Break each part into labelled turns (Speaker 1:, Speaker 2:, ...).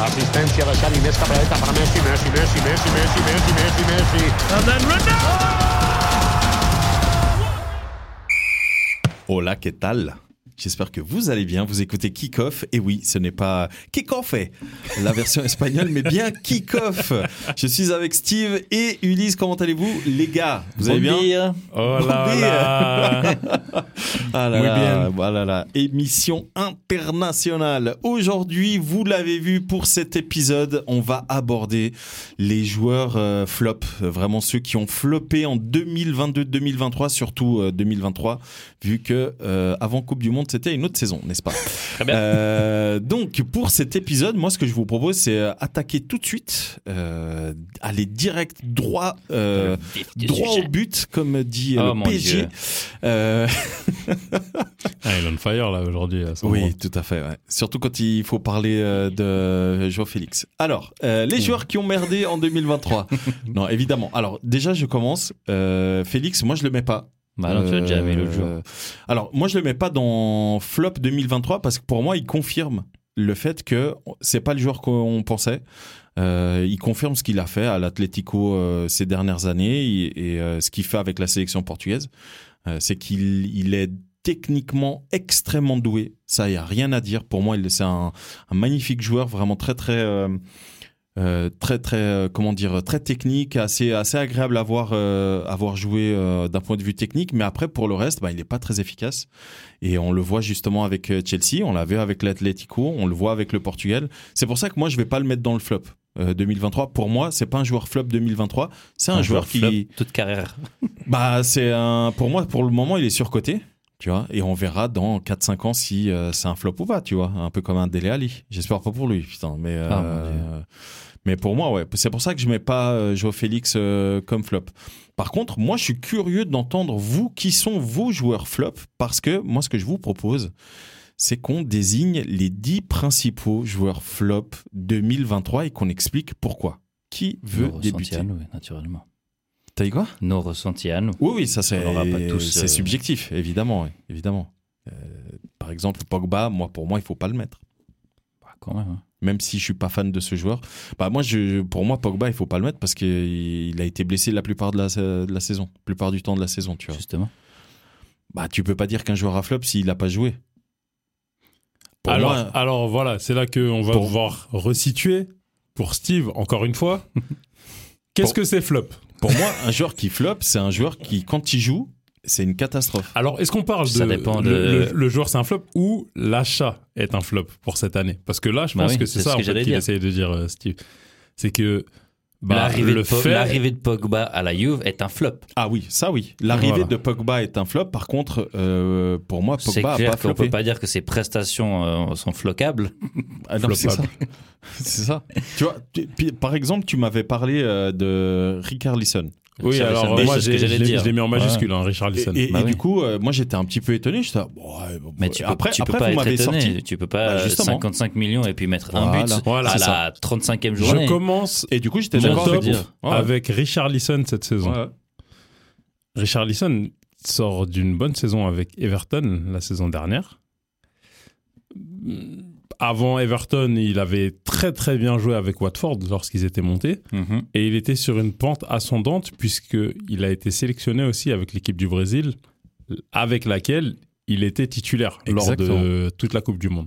Speaker 1: Asistencia de Xavi, més cap a la dreta per Messi, Messi, Messi, Messi, Messi, Messi, Messi, Messi.
Speaker 2: And then Ronaldo!
Speaker 3: Hola, que tal J'espère que vous allez bien. Vous écoutez Kickoff. Et oui, ce n'est pas Kickoff, eh, la version espagnole, mais bien Kickoff. Je suis avec Steve et Ulysse. Comment allez-vous, les gars Vous allez bien
Speaker 2: Hola,
Speaker 3: Bon
Speaker 4: Euh,
Speaker 2: hola.
Speaker 3: Ah là
Speaker 2: Muy
Speaker 3: là,
Speaker 2: bien.
Speaker 3: voilà là. Émission internationale. Aujourd'hui, vous l'avez vu pour cet épisode, on va aborder les joueurs euh, flop, euh, vraiment ceux qui ont floppé en 2022-2023, surtout euh, 2023, vu que euh, avant Coupe du Monde, c'était une autre saison, n'est-ce pas
Speaker 2: Très bien.
Speaker 3: Euh, donc pour cet épisode, moi ce que je vous propose, c'est euh, attaquer tout de suite, euh, aller direct droit. euh, Droit au but, comme dit euh,
Speaker 4: Oh,
Speaker 3: le
Speaker 4: mon
Speaker 3: PSG.
Speaker 4: Dieu.
Speaker 3: Euh,
Speaker 2: Ah, il est on fire là aujourd'hui. à ce moment.
Speaker 3: Oui, tout à fait. ouais. Surtout quand il faut parler euh, de Joao Félix. Alors, euh, les joueurs qui ont merdé en 2023. non, évidemment. Alors, déjà, je commence. Euh, Félix, moi, je le mets pas.
Speaker 4: Bah alors tu l'as déjà
Speaker 3: Euh,
Speaker 4: mis l'autre jour.
Speaker 3: Alors, moi, je le mets pas dans flop 2023 parce que pour moi, il confirme le fait que c'est pas le joueur qu'on pensait. Euh, il confirme ce qu'il a fait à l'Atlético euh, ces dernières années et, et, euh, ce qu'il fait avec la sélection portugaise. Euh, c'est qu'il il est techniquement extrêmement doué. Ça, il n'y a rien à dire. Pour moi, il- c'est un, un magnifique joueur, vraiment très, très. euh, euh, très très euh, comment dire très technique assez assez agréable à voir euh, à voir jouer euh, d'un point de vue technique mais après pour le reste bah, il n'est pas très efficace et on le voit justement avec euh, Chelsea on l'a vu avec l'Atlético on le voit avec le Portugal c'est pour ça que moi je vais pas le mettre dans le flop euh, 2023 pour moi c'est pas un joueur flop 2023 c'est un, joueur, qui
Speaker 4: flop toute carrière.
Speaker 3: bah, c'est un. Pour moi, pour le moment, il est surcoté. Tu vois, et on verra dans 4-5 ans si euh, c'est un flop ou pas, tu vois. Un peu comme un Dele Ali. J'espère pas pour lui, putain. Mais, euh,
Speaker 4: Ah, mon Dieu.
Speaker 3: mais pour moi, ouais. C'est pour ça que je mets pas euh, Joao Félix euh, comme flop. Par contre, moi, je suis curieux d'entendre vous qui sont vos joueurs flop parce que moi, ce que je vous propose, c'est qu'on désigne les 10 principaux joueurs flop 2023 et qu'on explique pourquoi. Qui veut
Speaker 4: Nos ressentis
Speaker 3: débuter
Speaker 4: à nous, oui, naturellement.
Speaker 3: T'as dit quoi
Speaker 4: Nos ressentis à nous.
Speaker 3: oui, oui, ça c'est
Speaker 4: On l'aura pas tous,
Speaker 3: c'est
Speaker 4: euh,
Speaker 3: subjectif, évidemment, oui, évidemment. Euh, par exemple, Pogba, moi pour moi, il faut pas le mettre.
Speaker 4: Bah, quand même. hein.
Speaker 3: Même si je suis pas fan de ce joueur, bah moi, je, pour moi, Pogba, il faut pas le mettre parce qu'il a été blessé la plupart de la, de la saison, la plupart du temps de la saison, tu vois.
Speaker 4: Justement.
Speaker 3: Bah tu peux pas dire qu'un joueur a flop s'il a pas joué. Pour
Speaker 2: alors,
Speaker 4: hein.
Speaker 3: moi,
Speaker 4: ah.
Speaker 2: alors voilà, c'est là qu'on va
Speaker 3: Pour-
Speaker 2: devoir resituer pour Steve, encore une fois. Qu'est-ce
Speaker 3: Pour-
Speaker 2: que c'est flop
Speaker 3: pour moi, un joueur qui flop, c'est un joueur qui, quand il joue, c'est une catastrophe.
Speaker 2: Alors, est-ce qu'on parle de,
Speaker 4: Ça dépend de-
Speaker 2: Le, le- le joueur c'est un flop ou l'achat est un flop pour cette année Parce que là, je
Speaker 4: Bah
Speaker 2: pense
Speaker 4: oui,
Speaker 2: que c'est
Speaker 4: c'est
Speaker 2: ça
Speaker 4: ce
Speaker 2: en
Speaker 4: que
Speaker 2: fait,
Speaker 4: j'allais
Speaker 2: qu'il
Speaker 4: dire.
Speaker 2: essayait de dire, euh, Steve. C'est que bah,
Speaker 4: L'arrivée
Speaker 2: le
Speaker 4: de, Po-
Speaker 2: fait-
Speaker 4: l'arrivée de Pogba à la Juve est un flop.
Speaker 3: Ah oui, ça oui. L'arrivée
Speaker 2: Voilà.
Speaker 3: de Pogba est un flop. Par contre, euh, pour moi,
Speaker 4: C'est
Speaker 3: Pogba a pas
Speaker 4: clair qu'on
Speaker 3: flopé.
Speaker 4: peut pas dire que ses prestations euh, sont floquables.
Speaker 3: Ah non, c'est ça.
Speaker 2: Flopable.
Speaker 3: C'est ça. Tu vois, tu- puis, par exemple, tu m'avais parlé euh, de Rick Lisson.
Speaker 2: Oui,
Speaker 4: C'est-
Speaker 2: alors euh,
Speaker 4: c'est-
Speaker 2: moi,
Speaker 4: c'est ce que
Speaker 2: j'ai- je
Speaker 4: j'allais
Speaker 2: l'ai
Speaker 4: dire.
Speaker 2: je l'ai mis en majuscule, hein, Richard
Speaker 3: Et,
Speaker 2: Lisson.
Speaker 3: et-
Speaker 4: Bah
Speaker 3: et
Speaker 4: oui.
Speaker 3: du coup, euh, moi j'étais un petit peu étonné. J'étais, là, bon, ouais, bon, euh,
Speaker 4: Mais tu peux,
Speaker 3: après,
Speaker 4: tu peux
Speaker 3: après,
Speaker 4: pas
Speaker 3: vous
Speaker 4: être
Speaker 3: m'avez
Speaker 4: étonné.
Speaker 3: sorti.
Speaker 4: Tu peux pas
Speaker 3: Bah,
Speaker 4: euh,
Speaker 3: justement.
Speaker 4: 55 millions et puis mettre un
Speaker 3: Voilà.
Speaker 4: but
Speaker 2: Voilà,
Speaker 4: à
Speaker 2: c'est
Speaker 4: la 35e journée.
Speaker 2: Je commence
Speaker 3: Et du coup, j'étais
Speaker 4: Mon
Speaker 3: d'accord
Speaker 2: top
Speaker 3: avec vous. Ouais,
Speaker 2: avec Richard Lisson cette
Speaker 3: ouais.
Speaker 2: saison. Richard Lisson sort d'une bonne saison avec Everton la saison dernière. Mm, Avant Everton, il avait très très bien joué avec Watford lorsqu'ils étaient montés
Speaker 4: Mhm.
Speaker 2: et il était sur une pente ascendante puisqu'il a été sélectionné aussi avec l'équipe du Brésil avec laquelle il était titulaire lors de
Speaker 3: Exactement.
Speaker 2: toute la Coupe du Monde.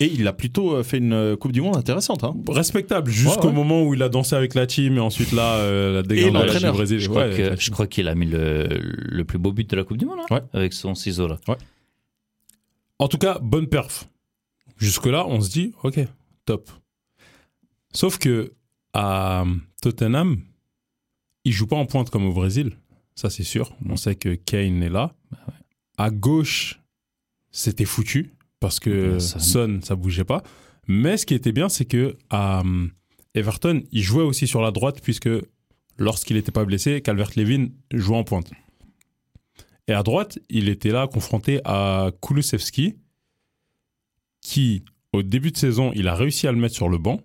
Speaker 3: Et il a plutôt euh, fait une euh, Coupe du Monde intéressante. hein.
Speaker 2: Respectable jusqu'au
Speaker 3: ouais.
Speaker 2: moment où il a dansé avec la team et ensuite là, euh, la dégradation du
Speaker 3: l'entraîneur.
Speaker 2: Brésil.
Speaker 4: Je crois
Speaker 2: Ouais,
Speaker 4: que-
Speaker 2: la-
Speaker 4: je crois qu'il a mis le, le plus beau but de la Coupe du Monde hein,
Speaker 2: Ouais.
Speaker 4: avec son ciseau là.
Speaker 2: En tout cas, bonne perf. Jusque-là, on se dit, ok, top. Sauf que à Tottenham, il joue pas en pointe comme au Brésil. Ça, c'est sûr. On sait que Kane est là. À gauche, c'était foutu parce que
Speaker 4: Ouais, ça-
Speaker 2: Son, ça bougeait pas. Mais ce qui était bien, c'est que à euh, Everton, il jouait aussi sur la droite puisque lorsqu'il n'était pas blessé, Calvert-Lewin jouait en pointe. Et à droite, il était là confronté à Kulusevski, qui, au début de saison, il a réussi à le mettre sur le banc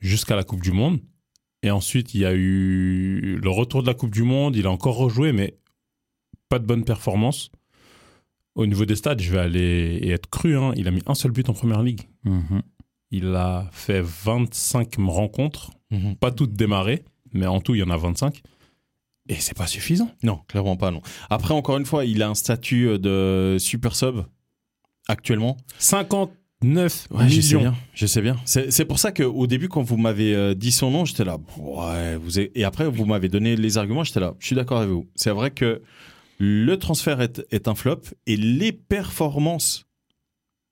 Speaker 2: jusqu'à la Coupe du Monde. Et ensuite, il y a eu le retour de la Coupe du Monde. Il a encore rejoué, mais pas de bonne performance. Au niveau des stades, je vais aller et être cru. hein, il a mis un seul but en première ligue. il a fait 25 rencontres,
Speaker 3: Mhm.
Speaker 2: pas toutes démarrées, mais en tout, il y en a 25. Et c'est pas suffisant.
Speaker 3: Non, clairement pas, non. Après, encore une fois, il a un statut euh, de super sub actuellement.
Speaker 2: 59
Speaker 3: je sais
Speaker 2: millions.
Speaker 3: bien. Je sais bien. C'est c'est pour ça qu'au début, quand vous m'avez euh, dit son nom, j'étais là. Ouais, vous avez- Et après, vous m'avez donné les arguments, j'étais là. Je suis d'accord avec vous. C'est vrai que le transfert est, est un flop et les performances.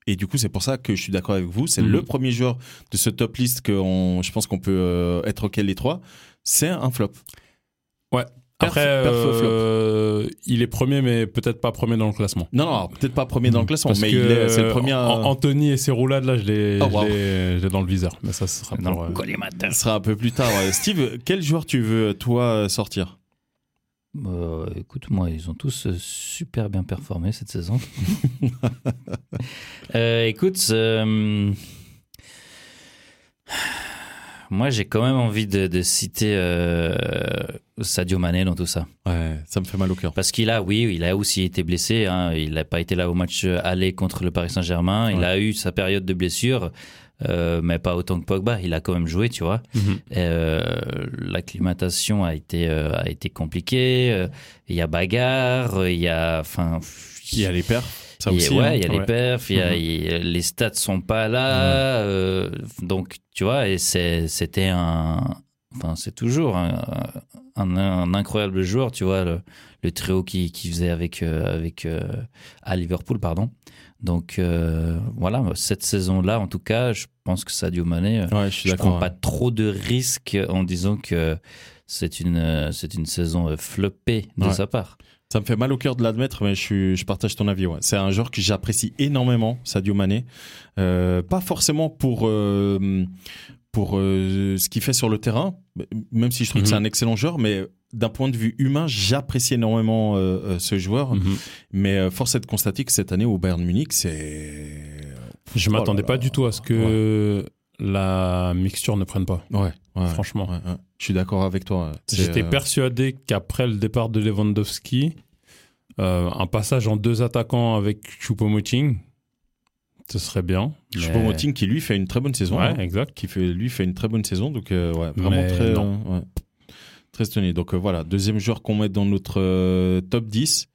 Speaker 3: Et du coup, c'est pour ça que je suis d'accord avec vous. C'est
Speaker 2: Mhm.
Speaker 3: le premier joueur de ce top list que on- je pense qu'on peut euh, être OK les trois. C'est un flop.
Speaker 2: Après,
Speaker 3: Perf- perf- flop.
Speaker 2: euh, il est premier, mais peut-être pas premier dans le classement.
Speaker 3: Non, non, alors, peut-être pas premier dans le classement,
Speaker 2: Parce
Speaker 3: mais
Speaker 2: que,
Speaker 3: il est- c'est le
Speaker 2: euh,
Speaker 3: premier. à-
Speaker 2: An- Anthony et ses roulades, là, je les
Speaker 3: Oh,
Speaker 2: je
Speaker 3: wow.
Speaker 2: les- je les dans le viseur. Mais ça, ce sera
Speaker 4: Dans
Speaker 2: pour, euh,
Speaker 4: le collimateur.
Speaker 3: Ce sera un peu plus tard. ouais. Steve, quel joueur tu veux, toi, sortir
Speaker 4: Euh, Écoute-moi, ils ont tous euh, super bien performé cette saison. Euh, écoute, euh, moi j'ai quand même envie de, de citer euh, Sadio Mané dans tout ça.
Speaker 3: Ouais, ça me fait mal au cœur.
Speaker 4: Parce qu'il a, oui, il a aussi été blessé. hein. Il n'a pas été là au match aller contre le Paris Saint-Germain. Il
Speaker 2: Ouais.
Speaker 4: a eu sa période de blessure, euh, mais pas autant que Pogba. Il a quand même joué, tu vois.
Speaker 2: Mhm.
Speaker 4: Euh, L'acclimatation a été euh, a été compliquée. Euh, Il y a bagarre. Il y a, enfin.
Speaker 3: Il y a les pères. Ça
Speaker 4: il y a-
Speaker 3: aussi.
Speaker 4: ouais,
Speaker 3: hein.
Speaker 4: il y a les
Speaker 3: Ouais.
Speaker 4: perfs, il y a-
Speaker 3: Mhm.
Speaker 4: il- les stats sont pas là. euh, donc, tu vois, et c'est- c'était un. Enfin, c'est toujours un, un- un incroyable joueur, tu vois, le, le trio qui, qui faisait avec, euh, avec euh, à Liverpool, pardon. Donc, euh, voilà, cette saison-là, en tout cas, je pense que Sadio Mané, euh,
Speaker 3: Ouais, je suis
Speaker 4: je prends
Speaker 3: d'accord. hein.
Speaker 4: pas trop de risques en disant que c'est une, euh, c'est une saison euh, floppée de
Speaker 3: Ouais.
Speaker 4: sa part.
Speaker 3: Ça me fait mal au cœur de l'admettre, mais je, suis- je partage ton avis. ouais. C'est un joueur que j'apprécie énormément, Sadio Mané. Euh, pas forcément pour, euh, pour euh, ce qu'il fait sur le terrain, même si je trouve que
Speaker 2: Mhm.
Speaker 3: c'est un excellent joueur, mais d'un point de vue humain, j'apprécie énormément euh, euh, ce joueur.
Speaker 2: Mhm.
Speaker 3: Mais euh, force est de constater que cette année au Bayern Munich, c'est.
Speaker 2: Je
Speaker 3: Oh là
Speaker 2: m'attendais
Speaker 3: là.
Speaker 2: pas du tout à ce que la mixture ne prenne pas.
Speaker 3: Ouais, ouais.
Speaker 2: Franchement.
Speaker 3: Ouais, ouais. Je suis d'accord avec toi. ouais. C'est,
Speaker 2: J'étais
Speaker 3: euh,
Speaker 2: persuadé qu'après le départ de Lewandowski, euh, un passage en deux attaquants avec Choupo-Moting, ce serait bien. mais-
Speaker 3: Choupo-Moting qui lui fait une très bonne saison. hein.
Speaker 2: Ouais, exact.
Speaker 3: Qui fait, lui fait une très bonne saison. Donc, euh, ouais, vraiment
Speaker 2: Mais
Speaker 3: très.
Speaker 2: non.
Speaker 3: euh, ouais. Très étonné. Donc, euh, voilà. Deuxième joueur qu'on met dans notre euh, top 10,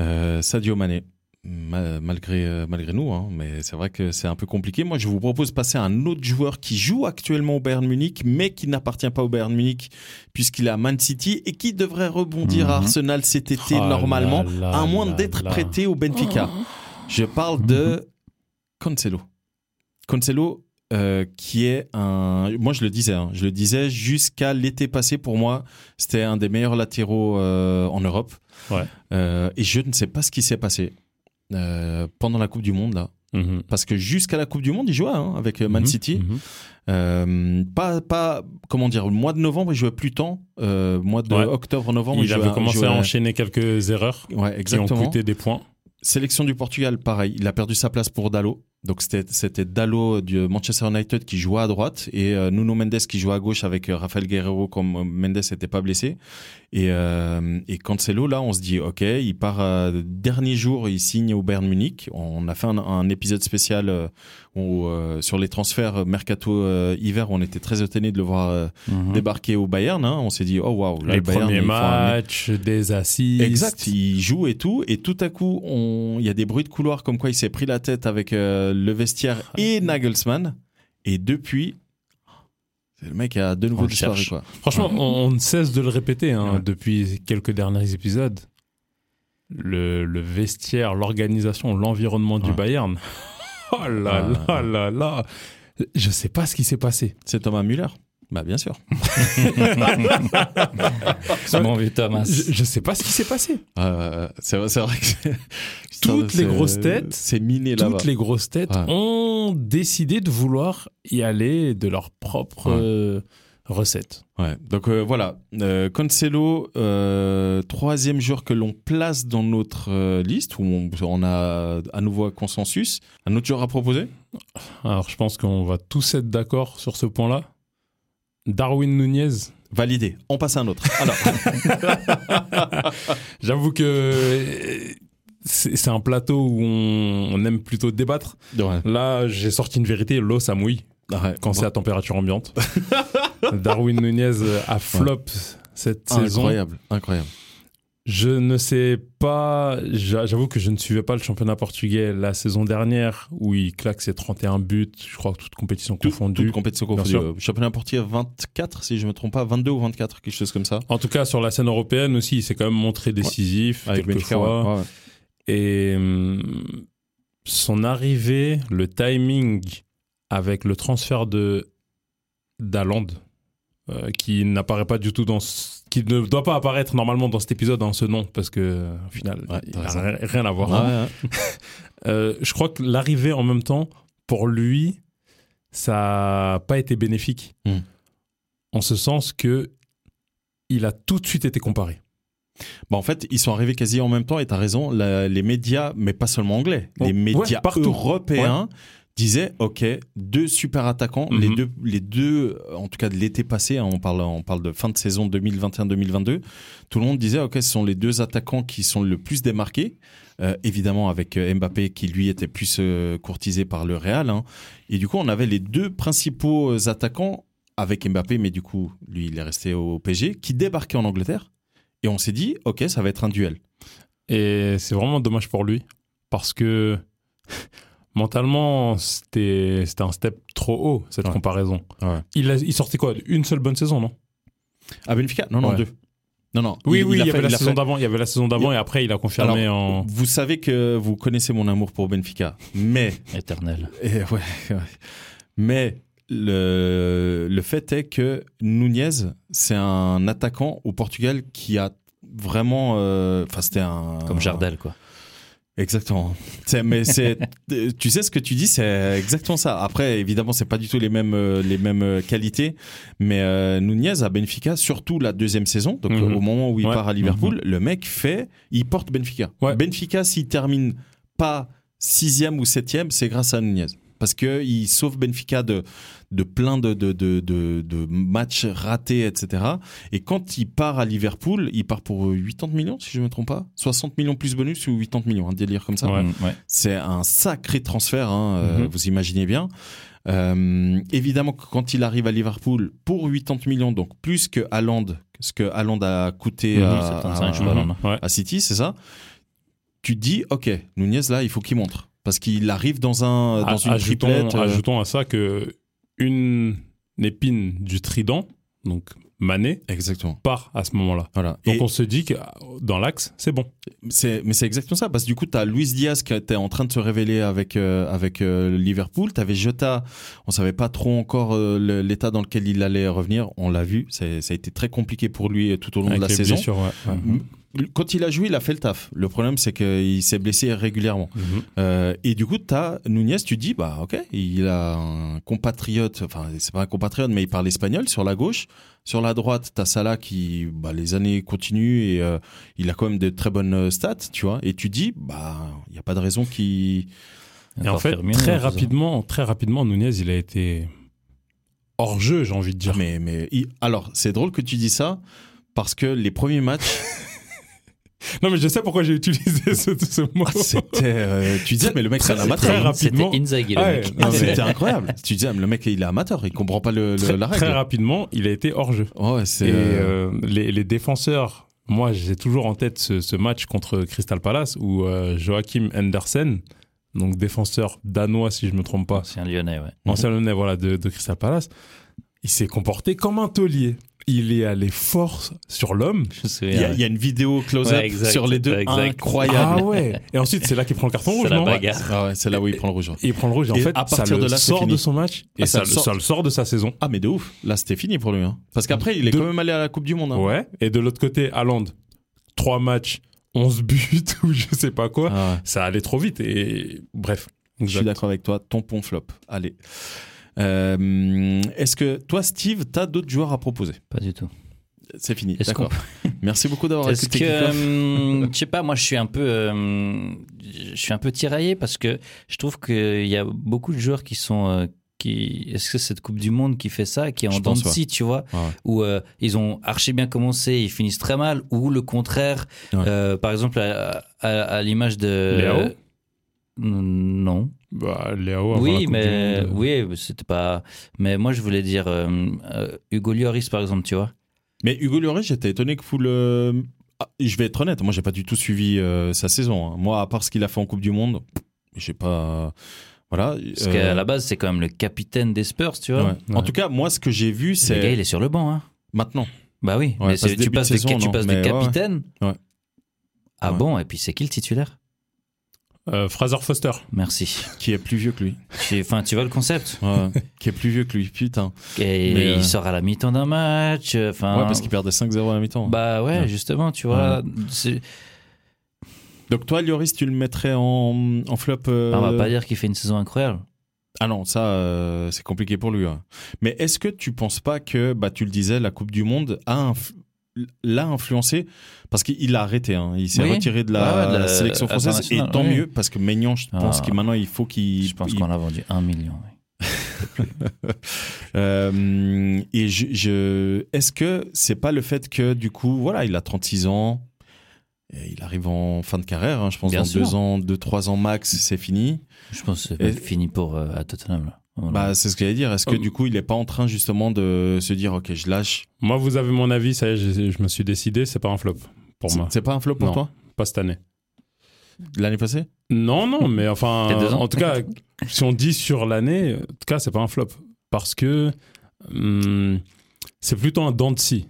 Speaker 3: euh, Sadio Mané. Ma- Malgré, euh, malgré nous, hein. mais c'est vrai que c'est un peu compliqué. Moi, je vous propose de passer à un autre joueur qui joue actuellement au Bayern Munich, mais qui n'appartient pas au Bayern Munich, puisqu'il est à Man City et qui devrait rebondir à
Speaker 4: Mhm.
Speaker 3: Arsenal cet été,
Speaker 2: Oh là
Speaker 3: normalement,
Speaker 2: là
Speaker 3: à moins
Speaker 2: là
Speaker 3: d'être
Speaker 2: là.
Speaker 3: prêté au Benfica.
Speaker 2: Oh.
Speaker 3: Je parle de Mhm. Cancelo. Cancelo, euh, qui est un. Moi, je le disais, hein, je le disais jusqu'à l'été passé, pour moi, c'était un des meilleurs latéraux euh, en Europe.
Speaker 2: Ouais.
Speaker 3: Euh, et je ne sais pas ce qui s'est passé euh, pendant la Coupe du Monde, là.
Speaker 2: Mhm.
Speaker 3: Parce que jusqu'à la Coupe du Monde, il jouait hein, avec Man
Speaker 2: Mhm.
Speaker 3: City.
Speaker 2: Mhm.
Speaker 3: Euh, pas, pas, comment dire, le mois de novembre, il jouait plus tant. Euh, mois de
Speaker 2: Ouais.
Speaker 3: octobre-novembre, il,
Speaker 2: Il
Speaker 3: jouait.
Speaker 2: avait commencé
Speaker 3: jouait-
Speaker 2: à enchaîner quelques erreurs
Speaker 3: Ouais,
Speaker 2: qui ont
Speaker 3: exactement.
Speaker 2: coûté des points.
Speaker 3: Sélection du Portugal, pareil, il a perdu sa place pour Dalo. Donc c'était c'était Dalo du Manchester United qui jouait à droite et euh, Nuno Mendes qui jouait à gauche avec euh, Rafael Guerrero comme euh, Mendes n'était pas blessé. Et, euh, et Cancelo, là, on se dit, OK, il part euh, dernier jour, il signe au Bayern Munich. On a fait un, un épisode spécial euh, où, euh, sur les transferts euh, mercato euh, hiver. On était très étonnés de le voir euh,
Speaker 4: Mhm.
Speaker 3: débarquer au Bayern. hein. On s'est dit, oh waouh, là,
Speaker 2: les
Speaker 3: le Bayern,
Speaker 2: premiers
Speaker 3: ils font un
Speaker 2: matchs, des assises.
Speaker 3: Exact, il joue et tout, et tout à coup, on... il y a des bruits de couloir comme quoi il s'est pris la tête avec euh, le vestiaire
Speaker 2: Ah,
Speaker 3: et Nagelsmann, et depuis, c'est le mec a de nouveau
Speaker 4: le
Speaker 3: disparu.
Speaker 4: cherche.
Speaker 3: Quoi.
Speaker 2: Franchement, on, on ne cesse de le répéter hein,
Speaker 3: Ouais.
Speaker 2: depuis quelques derniers épisodes. Le, le vestiaire, l'organisation, l'environnement du
Speaker 3: Ouais.
Speaker 2: Bayern. Oh là
Speaker 3: Ouais,
Speaker 2: là là là Je sais pas ce qui s'est passé.
Speaker 3: C'est Thomas Müller Bah bien sûr.
Speaker 4: Bon vu Thomas.
Speaker 2: Je, je sais pas ce qui s'est passé.
Speaker 3: Euh, c'est vrai, c'est vrai que c'est-
Speaker 2: Toutes
Speaker 3: c'est-
Speaker 2: les grosses têtes,
Speaker 3: c'est miné là-bas.
Speaker 2: Toutes les grosses têtes
Speaker 3: Ouais.
Speaker 2: ont décidé de vouloir y aller de leur propre
Speaker 3: Ouais.
Speaker 2: euh, recette.
Speaker 3: Ouais. Donc euh, voilà, Euh, Cancelo, euh, troisième joueur que l'on place dans notre euh, liste où on, on a à nouveau un consensus. Un autre joueur à proposer
Speaker 2: Alors je pense qu'on va tous être d'accord sur ce point-là. Darwin Nunez,
Speaker 3: Validé. On passe à un autre. Alors.
Speaker 2: J'avoue que euh, c'est c'est un plateau où on, on aime plutôt débattre. Là, j'ai sorti une vérité, l'eau, ça mouille.
Speaker 3: Ah Ouais.
Speaker 2: quand c'est à température ambiante. Darwin Nunez à flop cette saison.
Speaker 3: Incroyable, incroyable.
Speaker 2: Je ne sais pas, j'a- j'avoue que je ne suivais pas le championnat portugais la saison dernière où il claque ses 31 buts, je crois, toutes compétitions
Speaker 3: Tout,
Speaker 2: confondues.
Speaker 3: Toute compétition
Speaker 2: Bien
Speaker 3: confondue.
Speaker 2: sûr.
Speaker 3: Euh, Championnat portier 24, si je me trompe pas, 22 ou 24, quelque chose comme ça.
Speaker 2: En tout cas, sur la scène européenne aussi, il s'est quand même montré décisif
Speaker 3: Benfica,
Speaker 2: quelquefois.
Speaker 3: ouais, ouais.
Speaker 2: Et hum, son arrivée, le timing avec le transfert de d'Aland, euh, qui n'apparaît pas du tout dans ce- qui ne doit pas apparaître normalement dans cet épisode dans ce nom parce que euh, au final
Speaker 3: Ouais,
Speaker 2: il
Speaker 3: t'as
Speaker 2: n'a
Speaker 3: raison.
Speaker 2: rien, rien à voir. hein.
Speaker 3: Ouais, ouais.
Speaker 2: Euh, je crois que l'arrivée en même temps pour lui, ça n'a pas été bénéfique
Speaker 3: Hmm.
Speaker 2: en ce sens que il a tout de suite été comparé.
Speaker 3: Bah, en fait, ils sont arrivés quasi en même temps, et t'as raison, la- les médias, mais pas seulement anglais,
Speaker 2: Oh,
Speaker 3: les médias
Speaker 2: ouais, partout.
Speaker 3: européens disaient, OK, deux super attaquants,
Speaker 2: Mhm.
Speaker 3: les, deux, les deux, en tout cas de l'été passé, hein, on, parle, on parle de fin de saison 2021-2022, tout le monde disait, OK, ce sont les deux attaquants qui sont le plus démarqués, euh, évidemment avec euh, Mbappé qui, lui, était plus euh, courtisé par le Real. hein. Et du coup, on avait les deux principaux euh, attaquants avec Mbappé, mais du coup, lui, il est resté au PSG, qui débarquait en Angleterre. Et on s'est dit, ok, ça va être un duel.
Speaker 2: Et c'est vraiment dommage pour lui. Parce que mentalement, c'était c'était un step trop haut, cette
Speaker 3: Ouais.
Speaker 2: comparaison.
Speaker 3: Ouais.
Speaker 2: Il, a- il sortait quoi Une seule bonne saison, non
Speaker 3: À Ah, Benfica Non, non,
Speaker 2: Ouais.
Speaker 3: deux. Non, non.
Speaker 2: Oui, oui,
Speaker 3: a
Speaker 2: il y,
Speaker 3: fait-
Speaker 2: avait la
Speaker 3: a
Speaker 2: saison euh,
Speaker 3: fait-
Speaker 2: d'avant, il y avait la saison d'avant et après, il a confirmé en.
Speaker 3: Vous savez que vous connaissez mon amour pour Benfica, mais,
Speaker 4: Éternel.
Speaker 3: et ouais, ouais. mais le, le fait est que Nunez, c'est un attaquant au Portugal qui a vraiment, euh, enfin c'était un
Speaker 4: Comme Jardel, quoi.
Speaker 3: Exactement. C'est- Mais c'est, euh, tu sais ce que tu dis, c'est exactement ça. Après, évidemment, c'est pas du tout les mêmes euh, les mêmes euh, qualités. Mais euh, Nunez à Benfica, surtout la deuxième saison, donc
Speaker 2: Mhm.
Speaker 3: euh, au moment où il
Speaker 2: Ouais. Mhm.
Speaker 3: part à Liverpool, le mec fait, il porte Benfica.
Speaker 2: Ouais.
Speaker 3: Benfica, s'il termine pas sixième ou septième, c'est grâce à Nunez. Parce que il sauve Benfica de, de plein de, de, de, de, de matchs ratés, etc. Et quand il part à Liverpool, il part pour euh, 80 millions, si je ne me trompe pas. 60 millions plus bonus ou 80 millions, un délire comme ça.
Speaker 2: Ouais.
Speaker 4: Mm, ouais.
Speaker 3: C'est un sacré transfert, hein, euh,
Speaker 2: Mhm.
Speaker 3: vous imaginez bien. Euh, évidemment que quand il arrive à Liverpool pour 80 millions, donc plus que Haaland, ce que Haaland a coûté
Speaker 4: Mhm,
Speaker 3: à,
Speaker 4: 75, je
Speaker 3: à-
Speaker 4: crois.
Speaker 2: Mhm. Ouais.
Speaker 3: à City, c'est ça Tu te dis, ok, Nunez là, il faut qu'il montre. Parce qu'il arrive dans, un, dans
Speaker 2: A-
Speaker 3: une
Speaker 2: ajoutons,
Speaker 3: triplette. euh,
Speaker 2: ajoutons à ça que une épine du trident, donc Mané,
Speaker 3: Exactement.
Speaker 2: part à ce moment-là.
Speaker 3: Voilà.
Speaker 2: Donc
Speaker 3: Et-
Speaker 2: on se dit que euh, dans l'axe, c'est bon.
Speaker 3: C'est- mais c'est exactement ça, parce que du coup, tu as Luis Diaz qui était en train de se révéler avec, euh, avec euh, Liverpool. Tu avais Jota, on savait pas trop encore euh, le- l'état dans lequel il allait revenir. On l'a vu, c'est- ça a été très compliqué pour lui euh, tout au long
Speaker 2: Avec
Speaker 3: de la
Speaker 2: les
Speaker 3: saison.
Speaker 2: blessures, ouais. Ouais.
Speaker 3: Quand il a joué, il a fait le taf. Le problème, c'est qu'il s'est blessé régulièrement.
Speaker 2: Mhm.
Speaker 3: Euh, et du coup, tu as Nunez, tu dis, bah ok, il a un compatriote, enfin c'est pas un compatriote, mais il parle espagnol sur la gauche. Sur la droite, tu as Salah qui, bah, les années continuent et euh, il a quand même de très bonnes euh, stats, tu vois. Et tu dis, bah il n'y a pas de raison qu'il...
Speaker 2: Et en
Speaker 4: Encore
Speaker 2: fait,
Speaker 4: Firmino,
Speaker 2: très
Speaker 4: tout ça.
Speaker 2: rapidement, très rapidement, Nunez, il a été hors jeu, j'ai envie de dire.
Speaker 3: Mais, mais il- Alors, c'est drôle que tu dis ça parce que les premiers matchs,
Speaker 2: Non, mais Ah, je sais pourquoi j'ai utilisé ce, ce mot.
Speaker 3: c'était... euh, tu disais, mais le mec, c'est un
Speaker 2: Très-
Speaker 3: amateur.
Speaker 2: très
Speaker 3: hein.
Speaker 2: rapidement.
Speaker 4: C'était Inzaghi, le
Speaker 2: Ah
Speaker 4: mec.
Speaker 2: ouais, non, mais
Speaker 3: C'était incroyable. Tu disais, mais le mec, il est amateur, il comprend pas le, le-
Speaker 2: très,
Speaker 3: la
Speaker 2: très
Speaker 3: règle.
Speaker 2: rapidement, il a été hors jeu.
Speaker 3: Ouais, c'est...
Speaker 2: Et
Speaker 3: euh,
Speaker 2: euh, les, les défenseurs, moi, j'ai toujours en tête ce, ce match contre Crystal Palace où euh, Joachim Andersen, donc défenseur danois, si je me trompe pas,
Speaker 4: C'est un Lyonnais, ouais.
Speaker 2: ancien Lyonnais, voilà, de, de Crystal Palace, il s'est comporté comme un taulier. Il est allé fort sur l'homme.
Speaker 4: Je me
Speaker 3: Il y,
Speaker 4: souviens.
Speaker 3: a, il y a une vidéo close-up
Speaker 4: Ouais, exact,
Speaker 3: sur les deux.
Speaker 4: exact.
Speaker 3: Incroyable.
Speaker 2: Ah ouais. Et ensuite, c'est là qu'il prend le carton rouge,
Speaker 4: C'est la
Speaker 2: non
Speaker 4: bagarre.
Speaker 3: Ah ouais, c'est là où il prend le rouge. ouais.
Speaker 2: Il prend le rouge et en
Speaker 3: Et
Speaker 2: fait,
Speaker 3: à
Speaker 2: ça
Speaker 3: partir
Speaker 2: le
Speaker 3: de là, c'est
Speaker 2: sort
Speaker 3: fini.
Speaker 2: de son match et
Speaker 3: Ah,
Speaker 2: ça,
Speaker 3: ça
Speaker 2: le
Speaker 3: le sort.
Speaker 2: ça le sort de sa saison.
Speaker 3: Ah, mais de ouf. Là, c'était fini pour lui. hein. Parce qu'après, il est
Speaker 2: De-
Speaker 3: quand même allé à la Coupe du Monde. hein.
Speaker 2: Ouais. Et de l'autre côté, Haaland, 3 matchs, 11 buts ou je sais pas quoi.
Speaker 3: Ah ouais.
Speaker 2: Ça allait trop vite et bref.
Speaker 3: Je suis
Speaker 2: Exact.
Speaker 3: d'accord avec toi. Ton pont flop. Allez. Euh, Est-ce que toi, Steve, t'as d'autres joueurs à proposer
Speaker 4: Pas du tout.
Speaker 3: C'est fini.
Speaker 4: Est-ce
Speaker 3: D'accord. Merci beaucoup d'avoir
Speaker 4: Est-ce
Speaker 3: écouté.
Speaker 4: que,
Speaker 3: Kickoff.
Speaker 4: euh, je sais pas, moi je suis un peu, euh, je suis un peu tiraillé parce que je trouve qu'il y a beaucoup de joueurs qui sont, euh, qui, est-ce que c'est cette Coupe du Monde qui fait ça, qui est en
Speaker 3: Je
Speaker 4: dents de
Speaker 3: pense, ouais.
Speaker 4: scie, tu vois,
Speaker 3: Ouais, ouais.
Speaker 4: où euh, ils ont archi bien commencé, ils finissent très mal, ou le contraire,
Speaker 3: Ouais.
Speaker 4: euh, par exemple à, à- à l'image de,
Speaker 2: Léao
Speaker 4: non,
Speaker 2: Bah, Léo, avant la
Speaker 4: Oui,
Speaker 2: Coupe du
Speaker 4: mais
Speaker 2: Monde, euh,
Speaker 4: oui, c'était pas. Mais moi, je voulais dire euh, euh, Hugo Lloris, par exemple, tu vois.
Speaker 3: Mais Hugo Lloris, j'étais étonné que vous le. Ah, je vais être honnête, moi j'ai pas du tout suivi euh, sa saison. hein. Moi, à part ce qu'il a fait en Coupe du Monde, j'ai pas. Voilà.
Speaker 4: Parce
Speaker 3: euh,
Speaker 4: qu'à la base, c'est quand même le capitaine des Spurs, tu
Speaker 3: ouais.
Speaker 4: vois.
Speaker 3: En tout cas, moi ce que j'ai vu,
Speaker 4: Le gars,
Speaker 3: c'est
Speaker 4: il est sur le banc, hein.
Speaker 3: maintenant.
Speaker 4: Bah oui,
Speaker 3: Ouais,
Speaker 4: mais
Speaker 3: parce
Speaker 4: c'est-
Speaker 3: que
Speaker 4: tu
Speaker 3: début de
Speaker 4: passes, de,
Speaker 3: saison,
Speaker 4: tu
Speaker 3: non,
Speaker 4: passes de
Speaker 3: mais ouais, ouais.
Speaker 4: capitaine
Speaker 3: Ouais.
Speaker 4: Ah
Speaker 3: Ouais.
Speaker 4: bon, et puis c'est qui le titulaire
Speaker 2: euh, Fraser Foster.
Speaker 4: Merci.
Speaker 3: Qui est plus vieux que lui.
Speaker 4: Tu- Enfin, tu vois le concept
Speaker 3: Ouais, qui est plus vieux que lui, putain.
Speaker 4: Et
Speaker 3: Mais, euh,
Speaker 4: Il sort à la mi-temps d'un match. euh, Enfin,
Speaker 3: Ouais, parce qu'il perdait 5-0 à la mi-temps.
Speaker 4: Bah ouais,
Speaker 3: Ouais.
Speaker 4: justement, tu vois. c'est-
Speaker 3: Donc toi, Lloris, tu le mettrais en, en flop euh,
Speaker 4: On va pas dire qu'il fait une saison incroyable.
Speaker 3: Ah non, ça, euh, c'est compliqué pour lui. ouais. Mais est-ce que tu penses pas que, bah, tu le disais, la Coupe du Monde a inf- l'a influencé parce qu'il l'a arrêté. hein. Il s'est
Speaker 4: Oui.
Speaker 3: retiré de la,
Speaker 4: Ouais, ouais, de la-
Speaker 3: sélection française et
Speaker 4: internationale,
Speaker 3: tant
Speaker 4: oui.
Speaker 3: mieux parce que Maignan, je pense
Speaker 4: Ah.
Speaker 3: qu'il maintenant il faut qu'il.
Speaker 4: Je pense
Speaker 3: il-
Speaker 4: qu'on l'a vendu 1 million. ouais.
Speaker 3: Euh, et je, je- est-ce que c'est pas le fait que du coup, voilà, il a 36 ans, et il arrive en fin de carrière, hein, je pense
Speaker 4: Bien
Speaker 3: dans
Speaker 4: sûr.
Speaker 3: deux ans, deux trois ans max, c'est fini.
Speaker 4: Je pense que
Speaker 3: Et-
Speaker 4: c'est fini pour euh, à Tottenham. Là. Voilà.
Speaker 3: Bah, c'est ce que j'allais dire. Est-ce que
Speaker 2: Euh,
Speaker 3: du coup, il est pas en train justement de se dire, ok, je lâche.
Speaker 2: Moi, vous avez mon avis, ça y est, j'ai- je me suis décidé, c'est pas un flop pour
Speaker 3: C'est-
Speaker 2: moi.
Speaker 3: C'est pas un flop pour
Speaker 2: Non.
Speaker 3: toi
Speaker 2: Pas cette année.
Speaker 3: l'année passée
Speaker 2: Non, non, mais enfin,
Speaker 4: Il y a deux ans.
Speaker 2: en tout cas, si on dit sur l'année, en tout cas, c'est pas un flop. Parce que hum, c'est plutôt un dent de scie.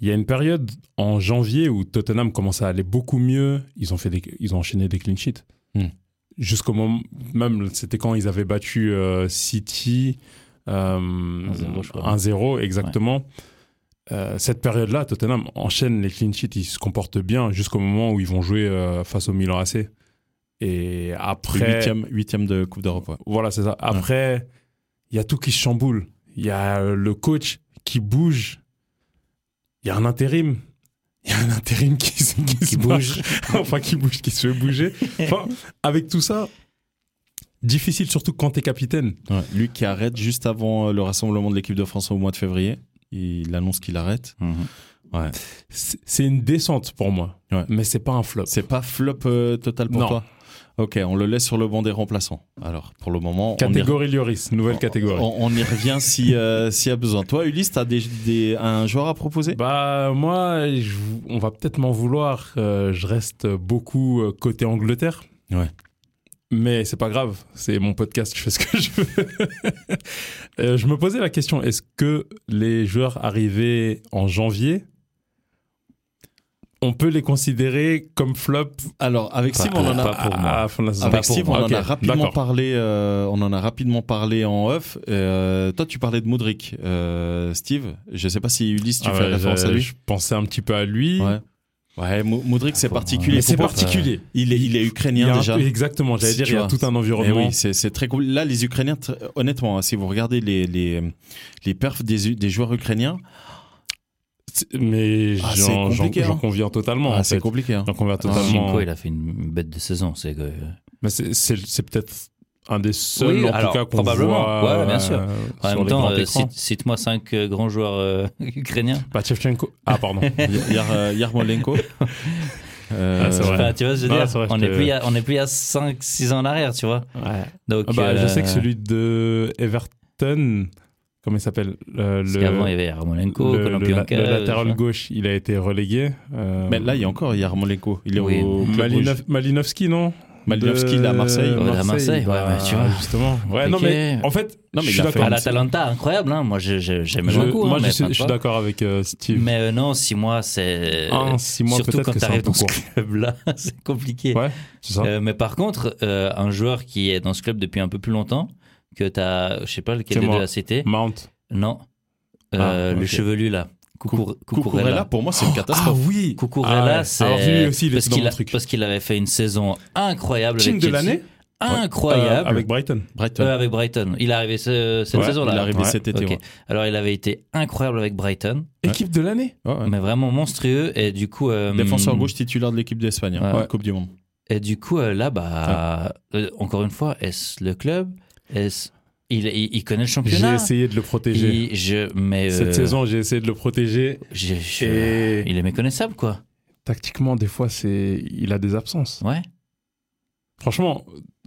Speaker 2: Il y a une période en janvier où Tottenham commençait à aller beaucoup mieux. Ils ont, fait des- ils ont enchaîné des clean sheets.
Speaker 3: Hmm.
Speaker 2: Jusqu'au moment, même c'était quand ils avaient battu euh, City euh,
Speaker 4: 1-0, je crois.
Speaker 2: 1-0, exactement. Euh, cette période-là, Tottenham enchaîne les clean sheets, ils se comportent bien jusqu'au moment où ils vont jouer euh, face au Milan AC. Et après,
Speaker 3: Huitième, huitième de Coupe d'Europe. ouais.
Speaker 2: voilà, c'est ça. Après, il y a tout qui se chamboule. Il y a euh, le coach qui bouge. Il y a un intérim. Il y a un intérim qui, se- qui se bouge. enfin, qui bouge, qui se fait bouger. Enfin, avec tout ça, difficile, surtout quand t'es capitaine.
Speaker 3: Ouais. Lui qui arrête juste avant euh, le rassemblement de l'équipe de France au mois de février. Il annonce qu'il arrête.
Speaker 4: Mhm.
Speaker 3: Ouais.
Speaker 2: C'est c'est une descente pour moi.
Speaker 3: Ouais.
Speaker 2: Mais c'est pas un flop.
Speaker 3: C'est pas flop euh, total pour
Speaker 2: Non.
Speaker 3: toi Ok, on le laisse sur le banc des remplaçants. Alors, pour le moment, on y,
Speaker 2: Catégorie Lloris, nouvelle catégorie.
Speaker 3: on, on y revient si, euh, s'il y a besoin. Toi, Ulysse, t'as des, des- un joueur à proposer
Speaker 2: Bah moi, je- on va peut-être m'en vouloir. euh, je reste beaucoup euh, côté Angleterre.
Speaker 3: Ouais.
Speaker 2: Mais c'est pas grave, c'est mon podcast, je fais ce que je veux. Euh, je me posais la question, est-ce que les joueurs arrivés en janvier, on peut les considérer comme flop
Speaker 3: Alors, avec
Speaker 4: Pas
Speaker 3: Steve, on en a. Ah,
Speaker 4: pour- pas pour moi.
Speaker 2: à la fin de la saison
Speaker 3: Avec Steve, on en,
Speaker 2: Ok,
Speaker 3: a rapidement
Speaker 2: d'accord.
Speaker 3: parlé, euh, on en a rapidement parlé en off. Euh, toi, tu parlais de Modric, euh, Steve. Je sais pas si Ulysse, tu
Speaker 2: Ah
Speaker 3: fais
Speaker 2: ouais,
Speaker 3: référence
Speaker 2: je-
Speaker 3: à lui.
Speaker 2: Je pensais un petit peu à lui.
Speaker 3: Ouais. Ouais, Mo- Modric, c'est
Speaker 2: Ah,
Speaker 4: Faut-
Speaker 3: particulier.
Speaker 2: Mais
Speaker 4: Il
Speaker 2: c'est
Speaker 3: Faut pas-
Speaker 2: particulier.
Speaker 3: Il est, il est
Speaker 2: Il y a
Speaker 3: ukrainien
Speaker 2: un-
Speaker 3: déjà.
Speaker 2: Exactement, j'allais
Speaker 3: Si
Speaker 2: dire,
Speaker 3: tu
Speaker 2: il y a
Speaker 3: vois.
Speaker 2: tout un
Speaker 3: Mais
Speaker 2: environnement.
Speaker 3: Eh oui, c'est c'est très cool. Là, les Ukrainiens, tr- honnêtement, hein, si vous regardez les, les, les perfs des, des joueurs ukrainiens,
Speaker 2: C'est- Mais
Speaker 3: Ah, c'est
Speaker 2: j'en j'en-
Speaker 3: compliqué, hein.
Speaker 2: j'en conviens totalement.
Speaker 3: ah,
Speaker 2: en
Speaker 3: c'est
Speaker 2: fait.
Speaker 3: compliqué. hein.
Speaker 2: J'en conviens totalement.
Speaker 4: Shinko, il a fait une bête de saison. C'est que...
Speaker 2: Mais c'est- c'est c'est peut-être un des seuls,
Speaker 4: Oui,
Speaker 2: en
Speaker 4: alors,
Speaker 2: tout cas, qu'on
Speaker 4: probablement.
Speaker 2: voit.
Speaker 4: Ouais, bien sûr.
Speaker 2: euh,
Speaker 4: En
Speaker 2: sur
Speaker 4: même
Speaker 2: les
Speaker 4: temps,
Speaker 2: grands
Speaker 4: euh,
Speaker 2: écrans.
Speaker 4: cite- cite-moi 5 grands joueurs euh, ukrainiens.
Speaker 2: Bah, Shevchenko. Ah, pardon.
Speaker 3: Y- Yar- euh, Yarmolenko. Euh,
Speaker 2: Ah, c'est vrai.
Speaker 4: Enfin, tu vois, ce que je veux
Speaker 2: Non,
Speaker 4: dire,
Speaker 2: c'est vrai, je
Speaker 4: on
Speaker 2: te-
Speaker 4: n'est plus à- on n'est plus à 5-6 ans en arrière, tu vois. Donc,
Speaker 2: Ah, bah,
Speaker 4: euh,
Speaker 2: Je sais que celui de Everton, comment il s'appelle euh,
Speaker 4: Parce
Speaker 2: le-
Speaker 4: qu'avant, il y avait Yarmolenko,
Speaker 2: le, le la-
Speaker 4: Kolompianka.
Speaker 2: le latéral
Speaker 4: euh,
Speaker 2: gauche, il a été relégué. euh,
Speaker 3: Mais là, il y a encore Yarmolenko. Il est
Speaker 4: Oui.
Speaker 3: au club
Speaker 2: Malinov-
Speaker 3: rouge.
Speaker 2: Malinovski, non Ah,
Speaker 3: Malinovski, il est à Marseille.
Speaker 4: Ouais, à Marseille, ouais, ouais, tu vois.
Speaker 2: Justement. Ouais, non,
Speaker 4: Compliqué.
Speaker 2: mais en fait,
Speaker 3: Non, mais
Speaker 2: je
Speaker 3: il
Speaker 2: suis
Speaker 3: a fait
Speaker 2: d'accord.
Speaker 4: À
Speaker 3: un-
Speaker 4: l'Atalanta, incroyable, hein. moi je- je- j'aime
Speaker 2: Je-
Speaker 4: beaucoup. hein,
Speaker 2: Moi, je
Speaker 4: mais
Speaker 2: suis- je suis
Speaker 4: parfois.
Speaker 2: d'accord avec euh, Steve.
Speaker 4: Mais euh, non, 6 mois, c'est.
Speaker 2: Un, six mois,
Speaker 4: Surtout
Speaker 2: peut-être
Speaker 4: quand
Speaker 2: que c'est un
Speaker 4: t'arrives
Speaker 2: peu
Speaker 4: dans ce
Speaker 2: court.
Speaker 4: club-là, c'est compliqué.
Speaker 2: Ouais, c'est ça.
Speaker 4: Euh, mais par contre, euh, un joueur qui est dans ce club depuis un peu plus longtemps, que t'as, je sais pas lequel
Speaker 2: C'est
Speaker 4: des
Speaker 2: moi.
Speaker 4: deux a cité,
Speaker 2: Mount.
Speaker 4: non, Euh,
Speaker 2: Ah, ok.
Speaker 4: le chevelu là, Coucour-
Speaker 3: Cucurella,
Speaker 4: Cucurella. Ah.
Speaker 3: pour moi, c'est une catastrophe.
Speaker 2: Ah oui
Speaker 4: Cucurella,
Speaker 2: Ah,
Speaker 4: c'est
Speaker 2: Alors lui aussi, il
Speaker 4: parce
Speaker 2: est dans
Speaker 4: qu'il
Speaker 2: mon
Speaker 4: a-
Speaker 2: truc.
Speaker 4: parce qu'il avait fait une saison incroyable
Speaker 2: Team
Speaker 4: avec
Speaker 2: de
Speaker 4: Chelsea.
Speaker 2: l'année
Speaker 4: incroyable
Speaker 2: Euh, avec Brighton.
Speaker 3: Brighton.
Speaker 4: Euh, avec Brighton. Il est arrivé ce- cette
Speaker 3: Ouais,
Speaker 4: saison-là.
Speaker 3: Il est arrivé
Speaker 2: Ouais.
Speaker 3: cet été.
Speaker 4: Ok.
Speaker 3: ouais.
Speaker 4: Alors, il avait été incroyable avec Brighton,
Speaker 2: Équipe de l'année
Speaker 3: Ouais, ouais.
Speaker 4: mais vraiment monstrueux. Et du coup, euh,
Speaker 3: Défenseur gauche titulaire de l'équipe d'Espagne, hein,
Speaker 4: Ouais.
Speaker 3: en Coupe du Monde.
Speaker 4: Et du coup, euh, là, bah, euh, encore une fois, est-ce le club Est-ce il, il, il connaît le
Speaker 2: J'ai
Speaker 4: championnat
Speaker 2: essayé de le protéger.
Speaker 4: il, je, mais euh,
Speaker 2: Cette saison, j'ai essayé de le protéger.
Speaker 4: j'ai- je-
Speaker 2: Et
Speaker 4: il est méconnaissable, quoi.
Speaker 2: tactiquement, des fois, c'est il a des absences.
Speaker 4: Ouais.
Speaker 2: Franchement,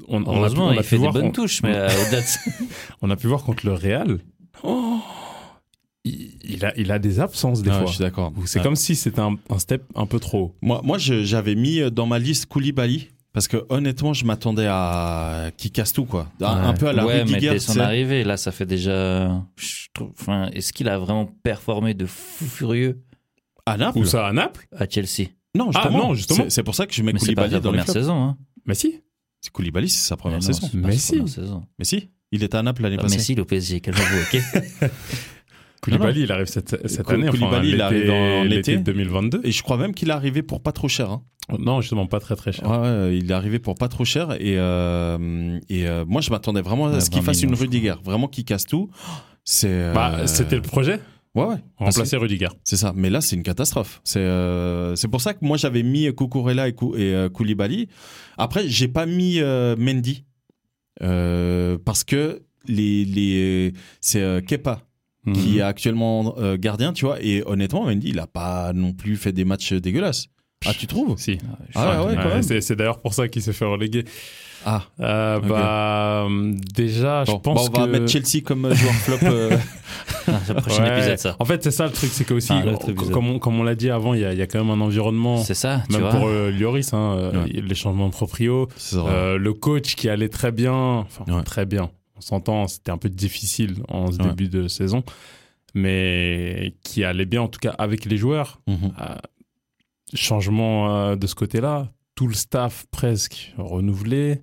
Speaker 2: on, on a pu,
Speaker 4: Heureusement,
Speaker 2: on a
Speaker 4: il
Speaker 2: pu
Speaker 4: fait des
Speaker 2: voir,
Speaker 4: bonnes
Speaker 2: on-
Speaker 4: touches, mais euh, au-delà de ça-
Speaker 2: on a pu voir contre le Real. Oh. il, il a, il a des absences des
Speaker 3: Ouais,
Speaker 2: fois.
Speaker 3: je suis d'accord.
Speaker 2: C'est
Speaker 3: Ouais.
Speaker 2: comme si c'était un, un step un peu trop haut.
Speaker 3: Moi, moi je- j'avais mis euh, dans ma liste Koulibaly. Parce que honnêtement, je m'attendais à qui casse tout quoi, un,
Speaker 2: Ouais.
Speaker 3: Bah, un peu à la
Speaker 4: ouais, mais
Speaker 3: Rudiger.
Speaker 4: dès
Speaker 3: tu
Speaker 4: son
Speaker 3: sais.
Speaker 4: arrivée, là, ça fait déjà. je trouve- Enfin, est-ce qu'il a vraiment performé de fou furieux
Speaker 3: À Naples
Speaker 2: Ou ça à Naples
Speaker 4: à Chelsea
Speaker 3: Non, justement.
Speaker 2: non, justement.
Speaker 3: C'est- C'est pour ça que je mets
Speaker 4: Mais c'est pas
Speaker 3: Koulibaly dans
Speaker 4: sa
Speaker 3: les
Speaker 4: première
Speaker 3: flops.
Speaker 4: saison. Hein.
Speaker 2: Mais si.
Speaker 3: C'est Koulibaly, c'est sa première
Speaker 4: Mais non,
Speaker 3: saison.
Speaker 4: c'est pas
Speaker 2: Mais
Speaker 4: sa
Speaker 2: si.
Speaker 4: première saison.
Speaker 3: Mais si, il était à Naples l'année
Speaker 4: Ah,
Speaker 3: passée.
Speaker 4: mais si, le PSG, calmez-vous, ok
Speaker 2: Koulibaly, il arrive cette, cette
Speaker 3: Koul-
Speaker 2: année. enfin,
Speaker 3: Koulibaly, il
Speaker 2: l'été-
Speaker 3: arrive en
Speaker 2: l'été
Speaker 3: été.
Speaker 2: 2022.
Speaker 3: Et je crois même qu'il est arrivé pour pas trop cher. hein.
Speaker 2: Non, justement, pas très très cher.
Speaker 3: Ouais, ouais, il est arrivé pour pas trop cher. Et, euh, et euh, moi, je m'attendais vraiment à
Speaker 4: Ouais,
Speaker 3: ce qu'il
Speaker 4: 20
Speaker 3: fasse une
Speaker 4: millions, je
Speaker 3: Rudiger. Vraiment qu'il casse tout. C'est. euh,
Speaker 2: Bah, c'était le projet.
Speaker 3: Ouais, ouais. Ah,
Speaker 2: Remplacer
Speaker 3: c'est-
Speaker 2: Rudiger.
Speaker 3: C'est ça. Mais là, c'est une catastrophe. C'est euh, c'est pour ça que moi, j'avais mis Kukurella et, Kou- et euh, Koulibaly. Après, j'ai pas mis euh, Mendy. Euh, parce que les, les, c'est euh, Kepa
Speaker 2: Mhm.
Speaker 3: qui est actuellement euh, gardien, tu vois. Et honnêtement, Mendy, il a pas non plus fait des matchs dégueulasses. Ah, tu trouves
Speaker 2: Si.
Speaker 3: Ah ouais, ouais, quand
Speaker 2: Ouais,
Speaker 3: même.
Speaker 2: c'est c'est d'ailleurs pour ça qu'il s'est fait reléguer.
Speaker 3: Ah,
Speaker 2: Euh,
Speaker 3: Ok.
Speaker 2: Bah, hum, déjà,
Speaker 3: bon,
Speaker 2: je pense
Speaker 3: bah, on va
Speaker 2: que-
Speaker 3: mettre Chelsea comme euh, joueur flop. euh,
Speaker 4: Ah, C'est le prochain
Speaker 2: Ouais.
Speaker 4: épisode, ça.
Speaker 2: En fait, c'est ça le truc, c'est que aussi,
Speaker 4: Ah, l'autre
Speaker 2: on-
Speaker 4: épisode.
Speaker 2: comme on, comme on l'a dit avant, il y, a- il y a quand même un environnement,
Speaker 4: C'est ça, tu
Speaker 2: même
Speaker 4: vois.
Speaker 2: pour euh, Lloris, hein, euh,
Speaker 3: Ouais.
Speaker 2: les changements de proprio,
Speaker 3: c'est vrai.
Speaker 2: euh, le coach qui allait très bien, enfin
Speaker 3: Ouais.
Speaker 2: très bien, on s'entend, c'était un peu difficile en ce
Speaker 3: Ouais.
Speaker 2: début de saison, mais qui allait bien en tout cas avec les joueurs.
Speaker 3: Mhm.
Speaker 2: Euh, changement euh, de ce côté-là, tout le staff presque renouvelé,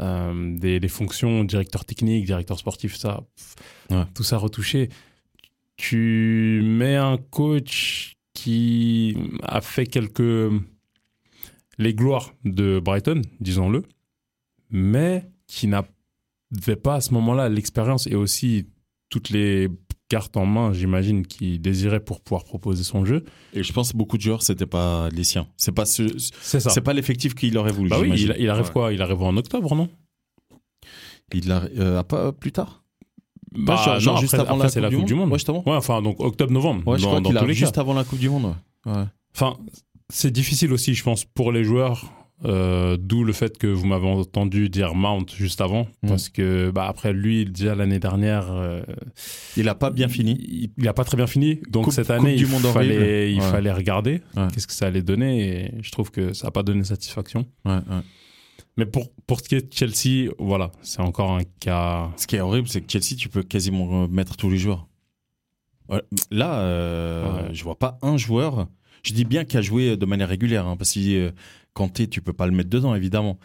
Speaker 2: euh, des, les fonctions, directeur technique, directeur sportif, ça, pff,
Speaker 3: Ouais.
Speaker 2: tout ça retouché. Tu mets un coach qui a fait quelques. les gloires de Brighton, disons-le, mais qui n'avait pas à ce moment-là l'expérience et aussi toutes les cartes en main, j'imagine, qu'il désirait pour pouvoir proposer son jeu.
Speaker 3: Et je pense que beaucoup de joueurs, c'était pas les siens. C'est pas ce- ce-
Speaker 2: C'est ça.
Speaker 3: c'est pas l'effectif qu'il aurait voulu.
Speaker 2: Bah oui,
Speaker 3: j'imagine.
Speaker 2: il, il arrive
Speaker 3: Ouais.
Speaker 2: quoi Il arrive en octobre, non
Speaker 3: Il a, pas plus tard.
Speaker 2: Bah,
Speaker 3: Pas genre-
Speaker 2: non,
Speaker 3: genre
Speaker 2: après-
Speaker 3: juste avant
Speaker 2: après,
Speaker 3: la,
Speaker 2: c'est la Coupe du Monde.
Speaker 3: Ouais,
Speaker 2: Ouais,
Speaker 3: justement.
Speaker 2: enfin, donc octobre-novembre.
Speaker 3: Ouais, je
Speaker 2: dans,
Speaker 3: crois qu'il
Speaker 2: dans tous les
Speaker 3: arrive juste
Speaker 2: cas.
Speaker 3: avant la Coupe du Monde. ouais. Ouais.
Speaker 2: Enfin, c'est difficile aussi, je pense, pour les joueurs. euh, D'où le fait que vous m'avez entendu dire Mount juste avant.
Speaker 3: Mm.
Speaker 2: Parce que, bah, après, lui, déjà l'année dernière, euh,
Speaker 3: Il a pas bien fini.
Speaker 2: il il a pas très bien fini. Donc
Speaker 3: Coupe-
Speaker 2: cette
Speaker 3: Coupe
Speaker 2: année,
Speaker 3: du
Speaker 2: il,
Speaker 3: monde horrible.
Speaker 2: fallait, il
Speaker 3: Ouais.
Speaker 2: fallait regarder
Speaker 3: Ouais.
Speaker 2: qu'est-ce que ça allait donner. Et je trouve que ça n'a pas donné satisfaction.
Speaker 3: Ouais, ouais.
Speaker 2: Mais pour, pour ce qui est de Chelsea, voilà, c'est encore un cas.
Speaker 3: Ce qui est horrible, c'est que Chelsea, tu peux quasiment euh, mettre tous les joueurs. Ouais. Là, euh,
Speaker 2: Ouais.
Speaker 3: je vois pas un joueur. Je dis bien qu'il a joué de manière régulière, hein, parce que euh, Kanté, tu peux pas le mettre dedans, évidemment.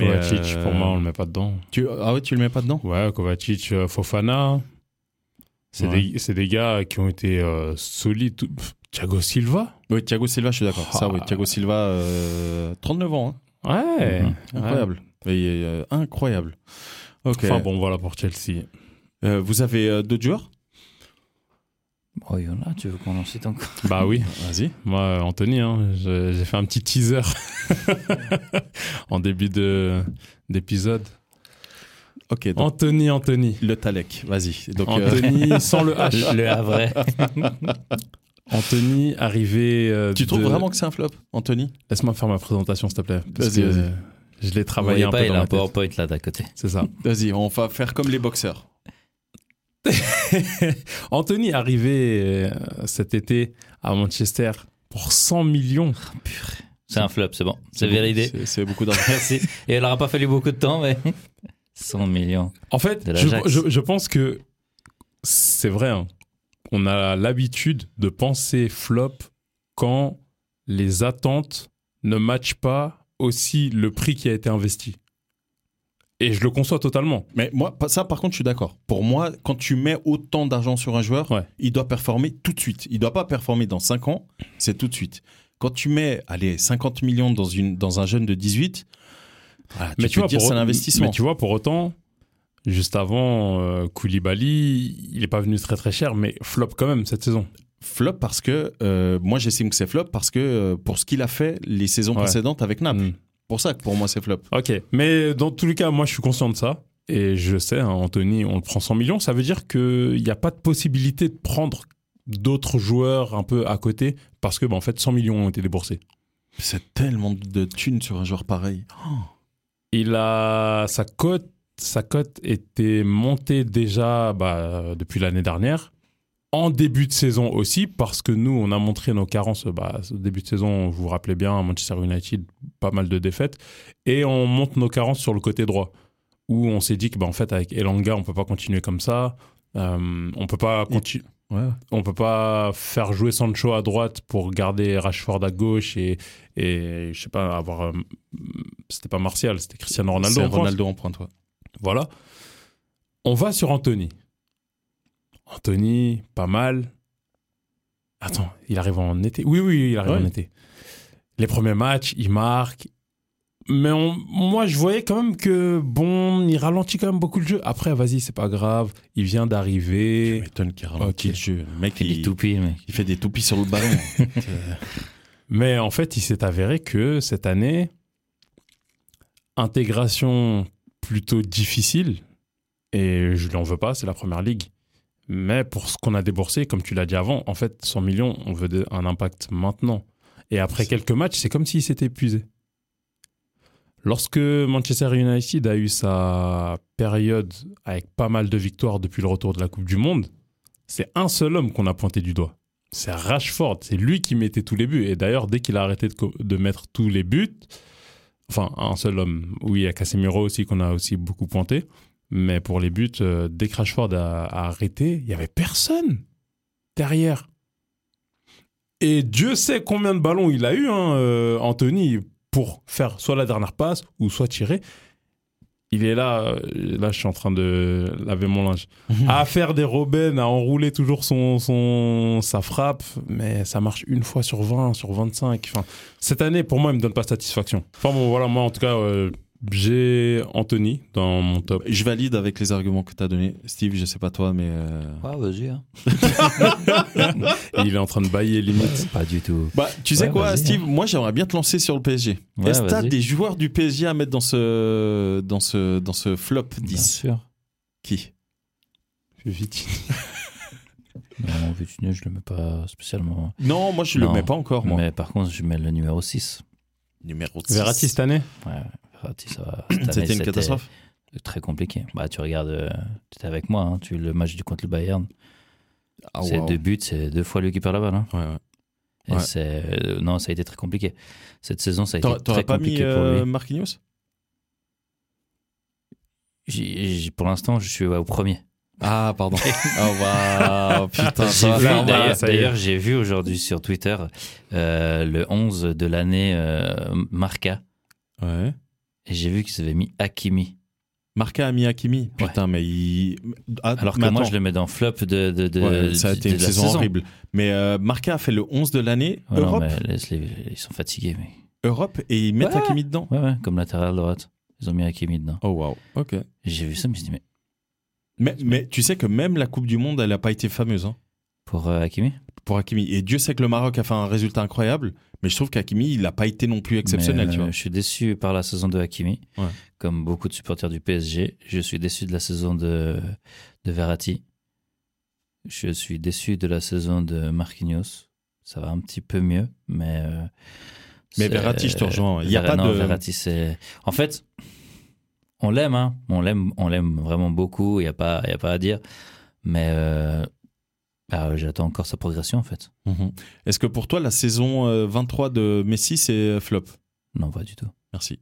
Speaker 3: Mais,
Speaker 2: Kovacic,
Speaker 3: euh,
Speaker 2: pour moi, on le met pas dedans.
Speaker 3: Tu... Ah ouais, tu le mets pas dedans
Speaker 2: Ouais, Kovacic, euh, Fofana. C'est
Speaker 3: Ouais.
Speaker 2: des, c'est des gars qui ont été euh, solides. Tout- Pff, Thiago Silva
Speaker 3: Oui, Thiago Silva, je suis d'accord.
Speaker 2: Ah.
Speaker 3: Ça, oui, Thiago Silva, euh, 39 ans. hein.
Speaker 2: Ouais.
Speaker 3: Mhm. Incroyable. Et, euh, incroyable. Ok.
Speaker 2: Enfin bon, voilà pour Chelsea.
Speaker 3: Euh, vous avez euh, d'autres joueurs
Speaker 4: Oh, il y en a, tu veux qu'on en cite encore
Speaker 2: Bah oui,
Speaker 3: Vas-y.
Speaker 2: moi, euh, Anthony, hein, je- j'ai fait un petit teaser en début de- d'épisode.
Speaker 3: Ok, donc,
Speaker 2: Anthony, Anthony.
Speaker 3: le Talek, vas-y. Donc, euh,
Speaker 2: Anthony sans le H.
Speaker 4: Le Havre.
Speaker 3: Ah,
Speaker 2: Anthony arrivé. euh,
Speaker 3: tu trouves
Speaker 2: de-
Speaker 3: vraiment que c'est un flop, Anthony
Speaker 2: Laisse-moi faire ma présentation, s'il te plaît. parce
Speaker 3: Vas-y,
Speaker 2: que,
Speaker 3: vas-y.
Speaker 2: euh, Je l'ai
Speaker 3: bah,
Speaker 4: Vous voyez
Speaker 2: travaillé un
Speaker 4: pas,
Speaker 2: peu
Speaker 4: il
Speaker 2: dans
Speaker 4: a
Speaker 2: ma
Speaker 4: un
Speaker 2: tête.
Speaker 4: PowerPoint là d'à côté.
Speaker 2: C'est ça.
Speaker 3: Vas-y, on va faire comme les boxeurs.
Speaker 2: Anthony arrivé euh, cet été à Manchester pour 100 millions.
Speaker 3: Ah,
Speaker 4: C'est un flop, c'est bon. C'est
Speaker 3: beaucoup-
Speaker 4: validé.
Speaker 3: c'est- C'est beaucoup d'argent.
Speaker 4: Merci. Et elle aura pas fallu beaucoup de temps, mais 100 millions.
Speaker 2: En fait,
Speaker 4: De
Speaker 2: je,
Speaker 4: l'Ajax.
Speaker 2: je- je pense que c'est vrai. hein. On a l'habitude de penser flop quand les attentes ne matchent pas aussi le prix qui a été investi. Et je le conçois totalement.
Speaker 3: Mais moi, pas- ça, par contre, je suis d'accord. Pour moi, quand tu mets autant d'argent sur un joueur,
Speaker 2: Ouais.
Speaker 3: il doit performer tout de suite. Il doit pas performer dans 5 ans, c'est tout de suite. Quand tu mets, allez, 50 millions dans, une, dans un jeune de 18, voilà, tu, peux dire
Speaker 2: pour
Speaker 3: c'est un
Speaker 2: au-
Speaker 3: investissement.
Speaker 2: Mais tu vois, pour autant, juste avant euh, Koulibaly, il n'est pas venu très très cher, mais flop quand même cette saison.
Speaker 3: Flop parce que, euh, moi j'estime que c'est flop parce que euh, pour ce qu'il a fait les saisons
Speaker 2: Ouais.
Speaker 3: précédentes avec Naples.
Speaker 2: Mm.
Speaker 3: Pour ça que pour moi c'est flop.
Speaker 2: Ok, mais dans tous les cas, moi je suis conscient de ça. Et je sais, hein, Anthony, on le prend 100 millions. Ça veut dire qu'il n'y a pas de possibilité de prendre d'autres joueurs un peu à côté parce que, bah, en fait, 100 millions ont été déboursés.
Speaker 3: C'est tellement de thunes sur un joueur pareil.
Speaker 2: Il a sa cote, sa cote était montée déjà bah, depuis l'année dernière. En début de saison aussi, parce que nous, on a montré nos carences. Bah, au début de saison, vous vous rappelez bien, Manchester United, pas mal de défaites. Et on monte nos carences sur le côté droit, où on s'est dit que, bah, en fait, avec Elanga, on peut pas continuer comme ça. Euh, on peut pas continuer.
Speaker 3: Ouais.
Speaker 2: On peut pas faire jouer Sancho à droite pour garder Rashford à gauche et, et je sais pas, avoir. euh, c'était pas Martial, c'était Cristiano Ronaldo.
Speaker 3: C'est
Speaker 2: en pointe.
Speaker 3: Ronaldo en pointe. ouais.
Speaker 2: Voilà. On va sur Anthony. Anthony, pas mal. Attends, il arrive en été. Oui, oui, il arrive
Speaker 3: Ouais.
Speaker 2: en été. Les premiers matchs, il marque. Mais on- moi, je voyais quand même que, bon, il ralentit quand même beaucoup le jeu. Après, vas-y, c'est pas grave. Il vient
Speaker 3: Tu
Speaker 2: d'arriver.
Speaker 3: m'étonnes qu'il ralentit
Speaker 2: Ok.
Speaker 3: le jeu. Le mec,
Speaker 4: Il est
Speaker 3: il,
Speaker 4: tout pire, mec.
Speaker 3: il fait des toupies sur le ballon.
Speaker 2: Mais en fait, il s'est avéré que cette année, intégration plutôt difficile, et je l'en veux pas, c'est la première ligue. Mais pour ce qu'on a déboursé, comme tu l'as dit avant, en fait, 100 millions, on veut de- un impact maintenant. Et après quelques matchs, c'est comme s'il s'était épuisé. Lorsque Manchester United a eu sa période avec pas mal de victoires depuis le retour de la Coupe du Monde, c'est un seul homme qu'on a pointé du doigt. C'est Rashford. C'est lui qui mettait tous les buts. Et d'ailleurs, dès qu'il a arrêté de, co- de mettre tous les buts, enfin, un seul homme, oui, il y a Casemiro aussi qu'on a aussi beaucoup pointé. Mais pour les buts, euh, dès que Rashford a, a arrêté, il n'y avait personne derrière. Et Dieu sait combien de ballons il a eu, hein, euh, Anthony, pour faire soit la dernière passe ou soit tirer. Il est là, euh, là je suis en train de laver mon linge, à faire des Robben, à enrouler toujours son, son, sa frappe, mais ça marche une fois sur 20, sur 25. Enfin, cette année, pour moi, il ne me donne pas satisfaction. Enfin bon, voilà, moi en tout cas, euh, j'ai Anthony dans mon top.
Speaker 3: Je valide avec les arguments que tu as donnés. Steve, je sais pas toi, mais. euh,
Speaker 2: Ah,
Speaker 4: Ouais, vas-y. hein.
Speaker 2: Et il est en train de bailler limite.
Speaker 4: Pas du tout.
Speaker 3: Bah, tu sais
Speaker 4: Ouais,
Speaker 3: quoi,
Speaker 4: vas-y,
Speaker 3: Steve Moi, j'aimerais bien te lancer sur le PSG.
Speaker 4: Ouais,
Speaker 3: Est-ce que t'as
Speaker 4: vas-y.
Speaker 3: des joueurs du PSG à mettre dans ce, dans ce, dans ce flop 10
Speaker 4: sûr.
Speaker 3: Qui
Speaker 2: Vite.
Speaker 4: Non, Vitinha, je le mets pas spécialement.
Speaker 3: Non, moi, je
Speaker 4: Non,
Speaker 3: le mets pas encore, moi.
Speaker 4: Mais par contre, je mets le numéro 6.
Speaker 3: Numéro 6.
Speaker 2: Verratti cette année
Speaker 4: Ouais, Verratti, Ah, ça va. Cette année,
Speaker 3: C'était une catastrophe.
Speaker 4: Très compliqué. Bah, tu regardes, euh, tu étais avec moi, hein, tu le match du contre le Bayern.
Speaker 3: Ah,
Speaker 4: c'est
Speaker 3: waouh.
Speaker 4: deux buts, c'est deux fois lui qui perd la balle. hein.
Speaker 3: Ouais, ouais.
Speaker 4: Et
Speaker 3: Ouais.
Speaker 4: c'est, euh, non, ça a été très compliqué. Cette saison, ça a été
Speaker 3: T'aurais-
Speaker 4: très
Speaker 3: T'aurais pas mis
Speaker 4: compliqué pour
Speaker 3: euh,
Speaker 4: lui.
Speaker 3: Marquinhos
Speaker 4: J'ai- j'ai- pour l'instant, je suis ouais, au premier.
Speaker 3: Ah, pardon. oh, waouh, putain,
Speaker 4: J'ai
Speaker 3: ça
Speaker 4: vu,
Speaker 3: va.
Speaker 2: voilà,
Speaker 4: d'ailleurs,
Speaker 2: ça y est.
Speaker 4: d'ailleurs, j'ai vu aujourd'hui sur Twitter euh, le 11 de l'année euh, Marca.
Speaker 3: Ouais.
Speaker 4: Et j'ai vu qu'ils avaient mis Hakimi.
Speaker 3: Marca a mis Hakimi. Putain, mais il. Ah,
Speaker 4: Alors que
Speaker 3: mais
Speaker 4: moi,
Speaker 3: attends.
Speaker 4: je le mets dans flop de, de, de,
Speaker 3: Ouais, ça a
Speaker 4: de-
Speaker 3: été
Speaker 4: euh, de
Speaker 3: une
Speaker 4: la
Speaker 3: saison, horrible. Mais euh, Marca a fait le 11 de l'année,
Speaker 4: Ouais, non,
Speaker 3: Europe,
Speaker 4: mais laisse-les, ils sont fatigués. Mais...
Speaker 3: Europe, et ils mettent
Speaker 4: Ouais.
Speaker 3: Hakimi dedans.
Speaker 4: Ouais, ouais, comme latéral droite. Ils ont mis Hakimi dedans.
Speaker 3: Oh, waouh. Ok.
Speaker 4: J'ai vu ça, mais je me suis dit, mais
Speaker 3: Mais, mais tu sais que même la Coupe du Monde, elle n'a pas été fameuse hein,
Speaker 4: pour euh, Hakimi
Speaker 3: pour Hakimi. Et Dieu sait que le Maroc a fait un résultat incroyable, mais je trouve qu'Hakimi, il n'a pas été non plus exceptionnel.
Speaker 4: Mais,
Speaker 3: tu
Speaker 4: euh,
Speaker 3: vois.
Speaker 4: Je suis déçu par la saison de Hakimi,
Speaker 3: Ouais.
Speaker 4: comme beaucoup de supporters du PSG. Je suis déçu de la saison de, de Verratti. Je suis déçu de la saison de Marquinhos. Ça va un petit peu mieux, mais. euh,
Speaker 3: Mais
Speaker 4: c'est- euh,
Speaker 3: Verratti, je te rejoins. Il n'y a
Speaker 4: Vera-
Speaker 3: pas
Speaker 4: non,
Speaker 3: de.
Speaker 4: Verratti, c'est. En fait, on l'aime, hein. On l'aime, on l'aime vraiment beaucoup. Il n'y a pas, il y a pas à dire. Mais euh, bah, j'attends encore sa progression, en fait.
Speaker 3: Mhm. Est-ce que pour toi, la saison euh, 23 de Messi, c'est euh, flop
Speaker 4: Non, pas du tout.
Speaker 3: Merci.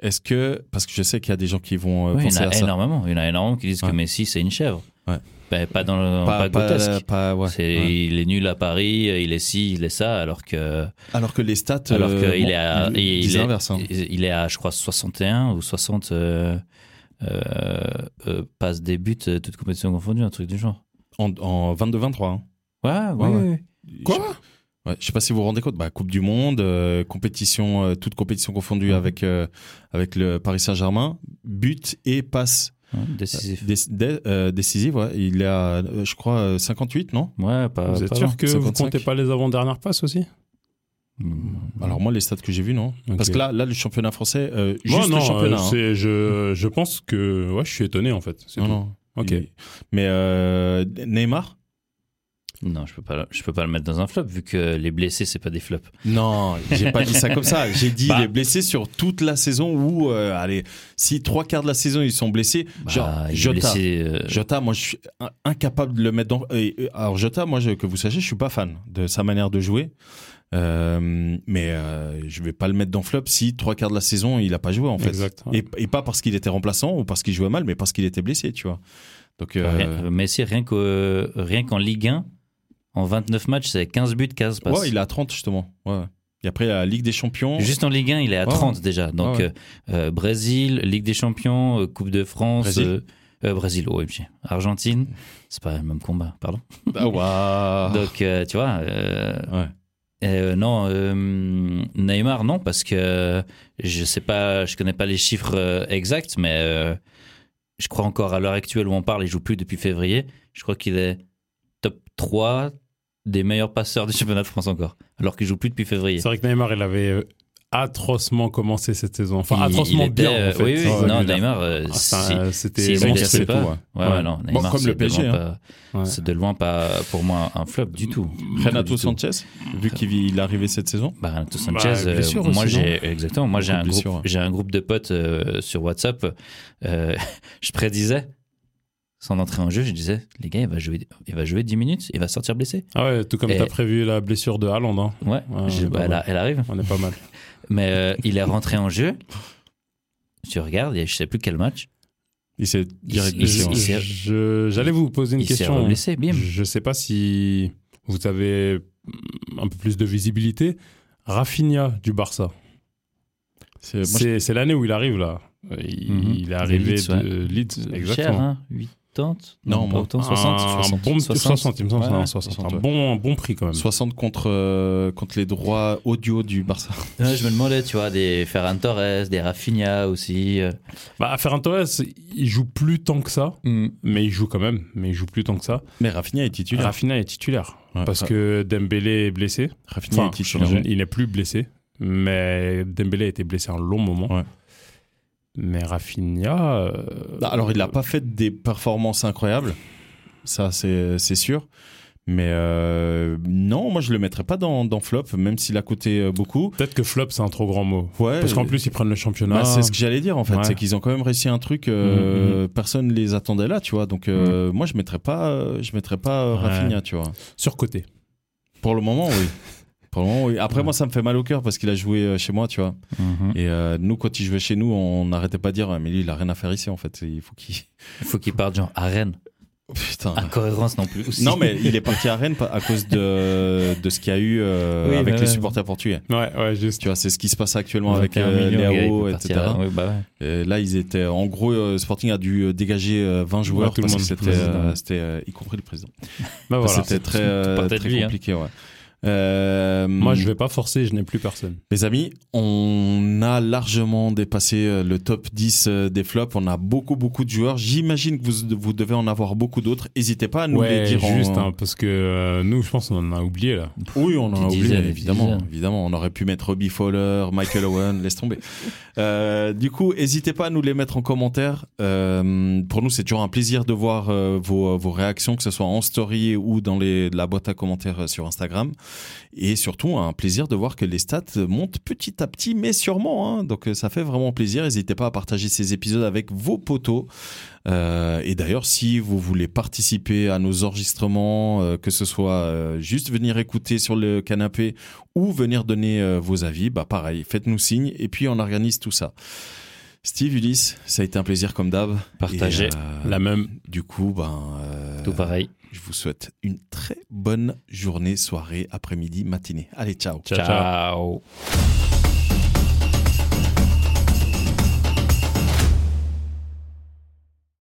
Speaker 3: Est-ce que. Parce que je sais qu'il y a des gens qui vont euh,
Speaker 4: Oui, il y
Speaker 3: penser
Speaker 4: en
Speaker 3: à
Speaker 4: a
Speaker 3: ça.
Speaker 4: énormément. Il y en a énormément qui disent
Speaker 3: Ouais.
Speaker 4: que Messi, c'est une chèvre.
Speaker 3: Ouais.
Speaker 4: Ben, pas dans le, pas, grotesque.
Speaker 3: pas- ouais,
Speaker 4: C'est-
Speaker 3: ouais.
Speaker 4: Il est nul à Paris, il est ci, il est ça, alors que
Speaker 3: Alors que les stats.
Speaker 4: alors
Speaker 3: euh,
Speaker 4: qu'il
Speaker 3: bon,
Speaker 4: est à,
Speaker 3: ils-
Speaker 4: il,
Speaker 3: ils
Speaker 4: est,
Speaker 3: inversent, hein.
Speaker 4: il est à, je crois, 61 ou 60 euh, euh, euh, passes des buts, euh, toutes compétitions confondues, un truc du genre.
Speaker 3: En, en 22-23. hein.
Speaker 4: Ouais,
Speaker 3: Ouais,
Speaker 4: oui,
Speaker 3: ouais.
Speaker 4: oui,
Speaker 3: Je- Ouais, je sais pas si vous vous rendez compte, bah, Coupe du Monde, euh, compétition, euh, toute compétition confondue avec, euh, avec le Paris Saint-Germain, but et passe
Speaker 4: oui. Ouais, Décisif.
Speaker 3: dé- dé- euh, décisive. ouais. Il est à, euh, je crois, euh, 58, non
Speaker 4: Ouais, pas.
Speaker 2: Vous
Speaker 4: pas
Speaker 2: êtes sûr
Speaker 4: loin.
Speaker 2: que vous
Speaker 3: 55.
Speaker 2: comptez pas les avant-dernières passes aussi
Speaker 4: Mm.
Speaker 3: Alors moi, les stats que j'ai vus, non.
Speaker 2: Mhm. Ok.
Speaker 3: Parce que là, là, le championnat français, euh, juste
Speaker 2: Moi, non,
Speaker 3: le championnat.
Speaker 2: euh,
Speaker 3: hein.
Speaker 2: c'est- je, je pense que ouais, je suis étonné en fait. c'est
Speaker 3: Non,
Speaker 2: tout.
Speaker 3: non.
Speaker 2: Ok.
Speaker 3: Il- Mais euh, Neymar
Speaker 4: Non, je peux pas, je peux pas le mettre dans un flop vu que les blessés c'est pas des flops.
Speaker 3: Non, j'ai pas dit ça comme ça. J'ai dit
Speaker 4: Bah.
Speaker 3: les blessés sur toute la saison ou euh, allez, si trois quarts de la saison ils sont blessés,
Speaker 4: Bah,
Speaker 3: genre
Speaker 4: il est
Speaker 3: Jota.
Speaker 4: blessé, euh,
Speaker 3: Jota, moi je suis in- incapable de le mettre dans. et- et- Alors Jota, moi je- que vous sachiez, je suis pas fan de sa manière de jouer, Euh, mais euh, je vais pas le mettre dans flop si trois quarts de la saison il a pas joué en fait.
Speaker 2: Exact.
Speaker 3: Et, et pas parce qu'il était remplaçant ou parce qu'il jouait mal, mais parce qu'il était blessé, tu vois. Donc euh,
Speaker 4: rien- Messi rien qu'au- euh, rien qu'en Ligue 1 en 29 matchs c'est 15 buts, 15 passes.
Speaker 3: ouais, il est à 30 justement. Ouais. Et après la Ligue des Champions.
Speaker 4: Juste en Ligue 1, il est à
Speaker 3: Ouais.
Speaker 4: 30 déjà. Donc
Speaker 3: Ouais.
Speaker 4: euh, euh, Brésil, Ligue des Champions, euh, Coupe de France,
Speaker 3: Brésil.
Speaker 4: euh, euh, Brésil, OMG. Argentine, c'est pas le même combat, pardon.
Speaker 3: Ah, waouh.
Speaker 4: Donc euh, tu vois, euh,
Speaker 3: Ouais.
Speaker 4: Euh, non, euh, Neymar, non, parce que je sais pas, je connais pas les chiffres euh, exacts, mais euh, je crois encore à l'heure actuelle où on parle, il joue plus depuis février. Je crois qu'il est top 3 des meilleurs passeurs du championnat de France encore, alors qu'il joue plus depuis février.
Speaker 2: C'est vrai que Neymar, il avait euh, atrocement commencé cette saison. Enfin,
Speaker 4: Il-
Speaker 2: atrocement
Speaker 4: il était,
Speaker 2: bien. En
Speaker 4: euh,
Speaker 2: fait.
Speaker 4: oui, oui,
Speaker 2: Ouais,
Speaker 4: non,
Speaker 2: mais là-
Speaker 4: Neymar, euh,
Speaker 2: Ah,
Speaker 4: si-
Speaker 2: ça, euh, c'était
Speaker 4: si il
Speaker 2: bon,
Speaker 4: ne
Speaker 2: c'est
Speaker 4: cassait
Speaker 2: tout,
Speaker 4: pas,
Speaker 2: ouais.
Speaker 4: ouais,
Speaker 2: Ouais.
Speaker 4: ouais, non,
Speaker 3: Bon,
Speaker 4: Neymar,
Speaker 3: comme le
Speaker 4: c'est de
Speaker 3: PSG,
Speaker 4: loin pas-
Speaker 2: Ouais.
Speaker 4: c'est de loin pas pour moi un flop du tout.
Speaker 3: Renato
Speaker 4: Du tout.
Speaker 3: Sanchez, vu qu'il vit- il est arrivé cette saison.
Speaker 4: Bah, Renato
Speaker 2: Bah,
Speaker 4: Sanchez, euh,
Speaker 2: blessure
Speaker 4: moi
Speaker 2: aussi, non
Speaker 4: j'ai exactement, moi j'ai
Speaker 3: Beaucoup
Speaker 4: un
Speaker 3: de
Speaker 4: groupe,
Speaker 3: blessures, hein.
Speaker 4: j'ai un groupe de potes euh, sur WhatsApp. euh, je prédisais son entrée en jeu, je disais les gars, il va jouer, il va jouer 10 minutes, il va sortir blessé.
Speaker 2: Ah ouais, tout comme
Speaker 4: Et-
Speaker 2: t'as prévu la blessure de Haaland. hein.
Speaker 4: Ouais,
Speaker 2: Ouais,
Speaker 4: je-
Speaker 2: on est
Speaker 4: bah,
Speaker 2: pas
Speaker 4: elle,
Speaker 2: mal.
Speaker 4: a- elle arrive.
Speaker 2: On est pas mal.
Speaker 4: Mais euh, il est rentré en jeu. Tu regardes, et je sais plus quel match.
Speaker 3: Il s'est direct
Speaker 4: Il-
Speaker 3: blessé.
Speaker 4: il-
Speaker 3: ouais.
Speaker 4: il- s'est-
Speaker 2: hein. Je- J'allais vous poser une
Speaker 4: il s'est
Speaker 2: question.
Speaker 4: blessé, bim.
Speaker 2: Je sais pas si vous avez mm, un peu plus de visibilité. Rafinha du Barça.
Speaker 3: C'est- Euh, moi,
Speaker 2: C'est c'est l'année où il arrive là. Il,
Speaker 4: Mhm.
Speaker 2: il est arrivé
Speaker 4: Leeds,
Speaker 2: de Leeds, exactement.
Speaker 4: Cher, hein, 80
Speaker 3: Non,
Speaker 4: pas
Speaker 3: moi,
Speaker 4: autant, 60,
Speaker 2: un
Speaker 4: 60,
Speaker 2: bon
Speaker 4: 60.
Speaker 2: 60, il me semble,
Speaker 3: Ouais,
Speaker 2: non,
Speaker 3: ouais,
Speaker 2: 60,
Speaker 3: 60,
Speaker 2: un
Speaker 3: ouais.
Speaker 2: bon, un bon prix quand même.
Speaker 3: 60 contre, euh, contre les droits audio du Barça.
Speaker 4: Ouais, je me demandais, tu vois, des Ferran Torres, des Rafinha aussi. euh.
Speaker 2: Bah, Ferran Torres, il joue plus tant que ça, mais il joue quand même, mais il joue plus tant que ça.
Speaker 3: Mais Rafinha est titulaire.
Speaker 2: Rafinha est titulaire
Speaker 3: Ouais.
Speaker 2: parce que Dembélé est blessé.
Speaker 3: Rafinha
Speaker 2: Enfin,
Speaker 3: est titulaire.
Speaker 2: il n'est plus blessé, mais Dembélé a été blessé un long moment.
Speaker 3: Ouais.
Speaker 2: Mais Rafinha, euh,
Speaker 3: Bah, Alors, il n'a pas fait des performances incroyables. Ça, c'est c'est sûr. Mais euh, non, moi, je ne le mettrais pas dans, dans flop, même s'il a coûté euh, beaucoup.
Speaker 2: peut-être que flop c'est un trop grand mot.
Speaker 3: Ouais, euh,
Speaker 2: Parce qu'en plus ils prennent le championnat.
Speaker 3: Bah, c'est ce que j'allais dire en fait,
Speaker 2: Ouais.
Speaker 3: c'est qu'ils ont quand même réussi un truc, euh, personne les attendait là, tu vois. Donc euh, moi je mettrais pas, euh, je mettrais pas euh,
Speaker 2: Ouais.
Speaker 3: Rafinha, tu vois.
Speaker 2: Surcoté.
Speaker 3: Pour le moment oui. Pour le moment oui. Après moi ça me fait mal au cœur parce qu'il a joué euh, chez moi, tu vois.
Speaker 4: Mhm.
Speaker 3: Et euh, nous quand il jouait chez nous, on n'arrêtait pas de dire Ah, mais lui il a rien à faire ici en fait, il faut qu'il
Speaker 4: Il faut qu'il parte genre à Rennes.
Speaker 3: putain.
Speaker 4: Incohérence Ah, non plus. aussi.
Speaker 3: Euh, Non mais il est parti à Rennes pas- à cause de, de ce qu'il y a eu euh,
Speaker 4: Oui,
Speaker 3: avec
Speaker 4: bah
Speaker 3: les
Speaker 4: ouais.
Speaker 3: supporters portugais.
Speaker 2: Ouais, ouais, juste.
Speaker 3: Tu vois, c'est ce qui se passe actuellement
Speaker 4: Ouais,
Speaker 3: avec
Speaker 4: t'es un
Speaker 3: euh,
Speaker 4: million, gars, il
Speaker 3: Léao,
Speaker 4: peut
Speaker 3: etc.
Speaker 4: partir à Rennes. Oui, bah ouais.
Speaker 3: Et là, ils étaient. En gros, euh, Sporting a dû euh, dégager euh, 20 joueurs
Speaker 2: tout le
Speaker 3: parce que
Speaker 2: monde,
Speaker 3: c'était,
Speaker 2: le président.
Speaker 3: euh, c'était, euh, y compris le président.
Speaker 2: Bah, voilà.
Speaker 3: C'était très, euh,
Speaker 4: pas
Speaker 3: très
Speaker 4: tête lui, hein.
Speaker 3: compliqué. ouais. Euh,
Speaker 2: Moi je vais pas forcer, je n'ai plus personne.
Speaker 3: Les amis, on a largement dépassé euh, le top 10 euh, des flops. On a beaucoup, beaucoup de joueurs. J'imagine que vous, vous devez en avoir beaucoup d'autres. N'hésitez pas à nous
Speaker 2: ouais,
Speaker 3: les dire. en-
Speaker 2: juste hein, parce que euh, nous je pense on en a oublié là.
Speaker 3: Oui, on en
Speaker 4: Des
Speaker 3: a oublié,
Speaker 4: dizaines, des
Speaker 3: évidemment,
Speaker 4: dizaines.
Speaker 3: évidemment. On aurait pu mettre Robbie Fowler, Michael Owen, laisse tomber. Euh, du coup, n'hésitez pas à nous les mettre en commentaire. Euh, pour nous, c'est toujours un plaisir de voir euh, vos, vos réactions, que ce soit en story ou dans les, la boîte à commentaires euh, sur Instagram. Et surtout, un plaisir de voir que les stats montent petit à petit, mais sûrement. hein. Donc, euh, ça fait vraiment plaisir. N'hésitez pas à partager ces épisodes avec vos potos. Euh, et d'ailleurs, si vous voulez participer à nos enregistrements, euh, que ce soit euh, juste venir écouter sur le canapé ou venir donner euh, vos avis, bah pareil, faites-nous signe et puis on organise tout ça. Steve Ulysse, ça a été un plaisir comme d'hab.
Speaker 4: Partagez.
Speaker 3: Et, euh,
Speaker 2: La même
Speaker 3: Du coup, ben, euh,
Speaker 4: Tout pareil.
Speaker 3: je vous souhaite une très bonne journée, soirée, après-midi, matinée. Allez, ciao.
Speaker 2: Ciao, ciao.
Speaker 4: Ciao.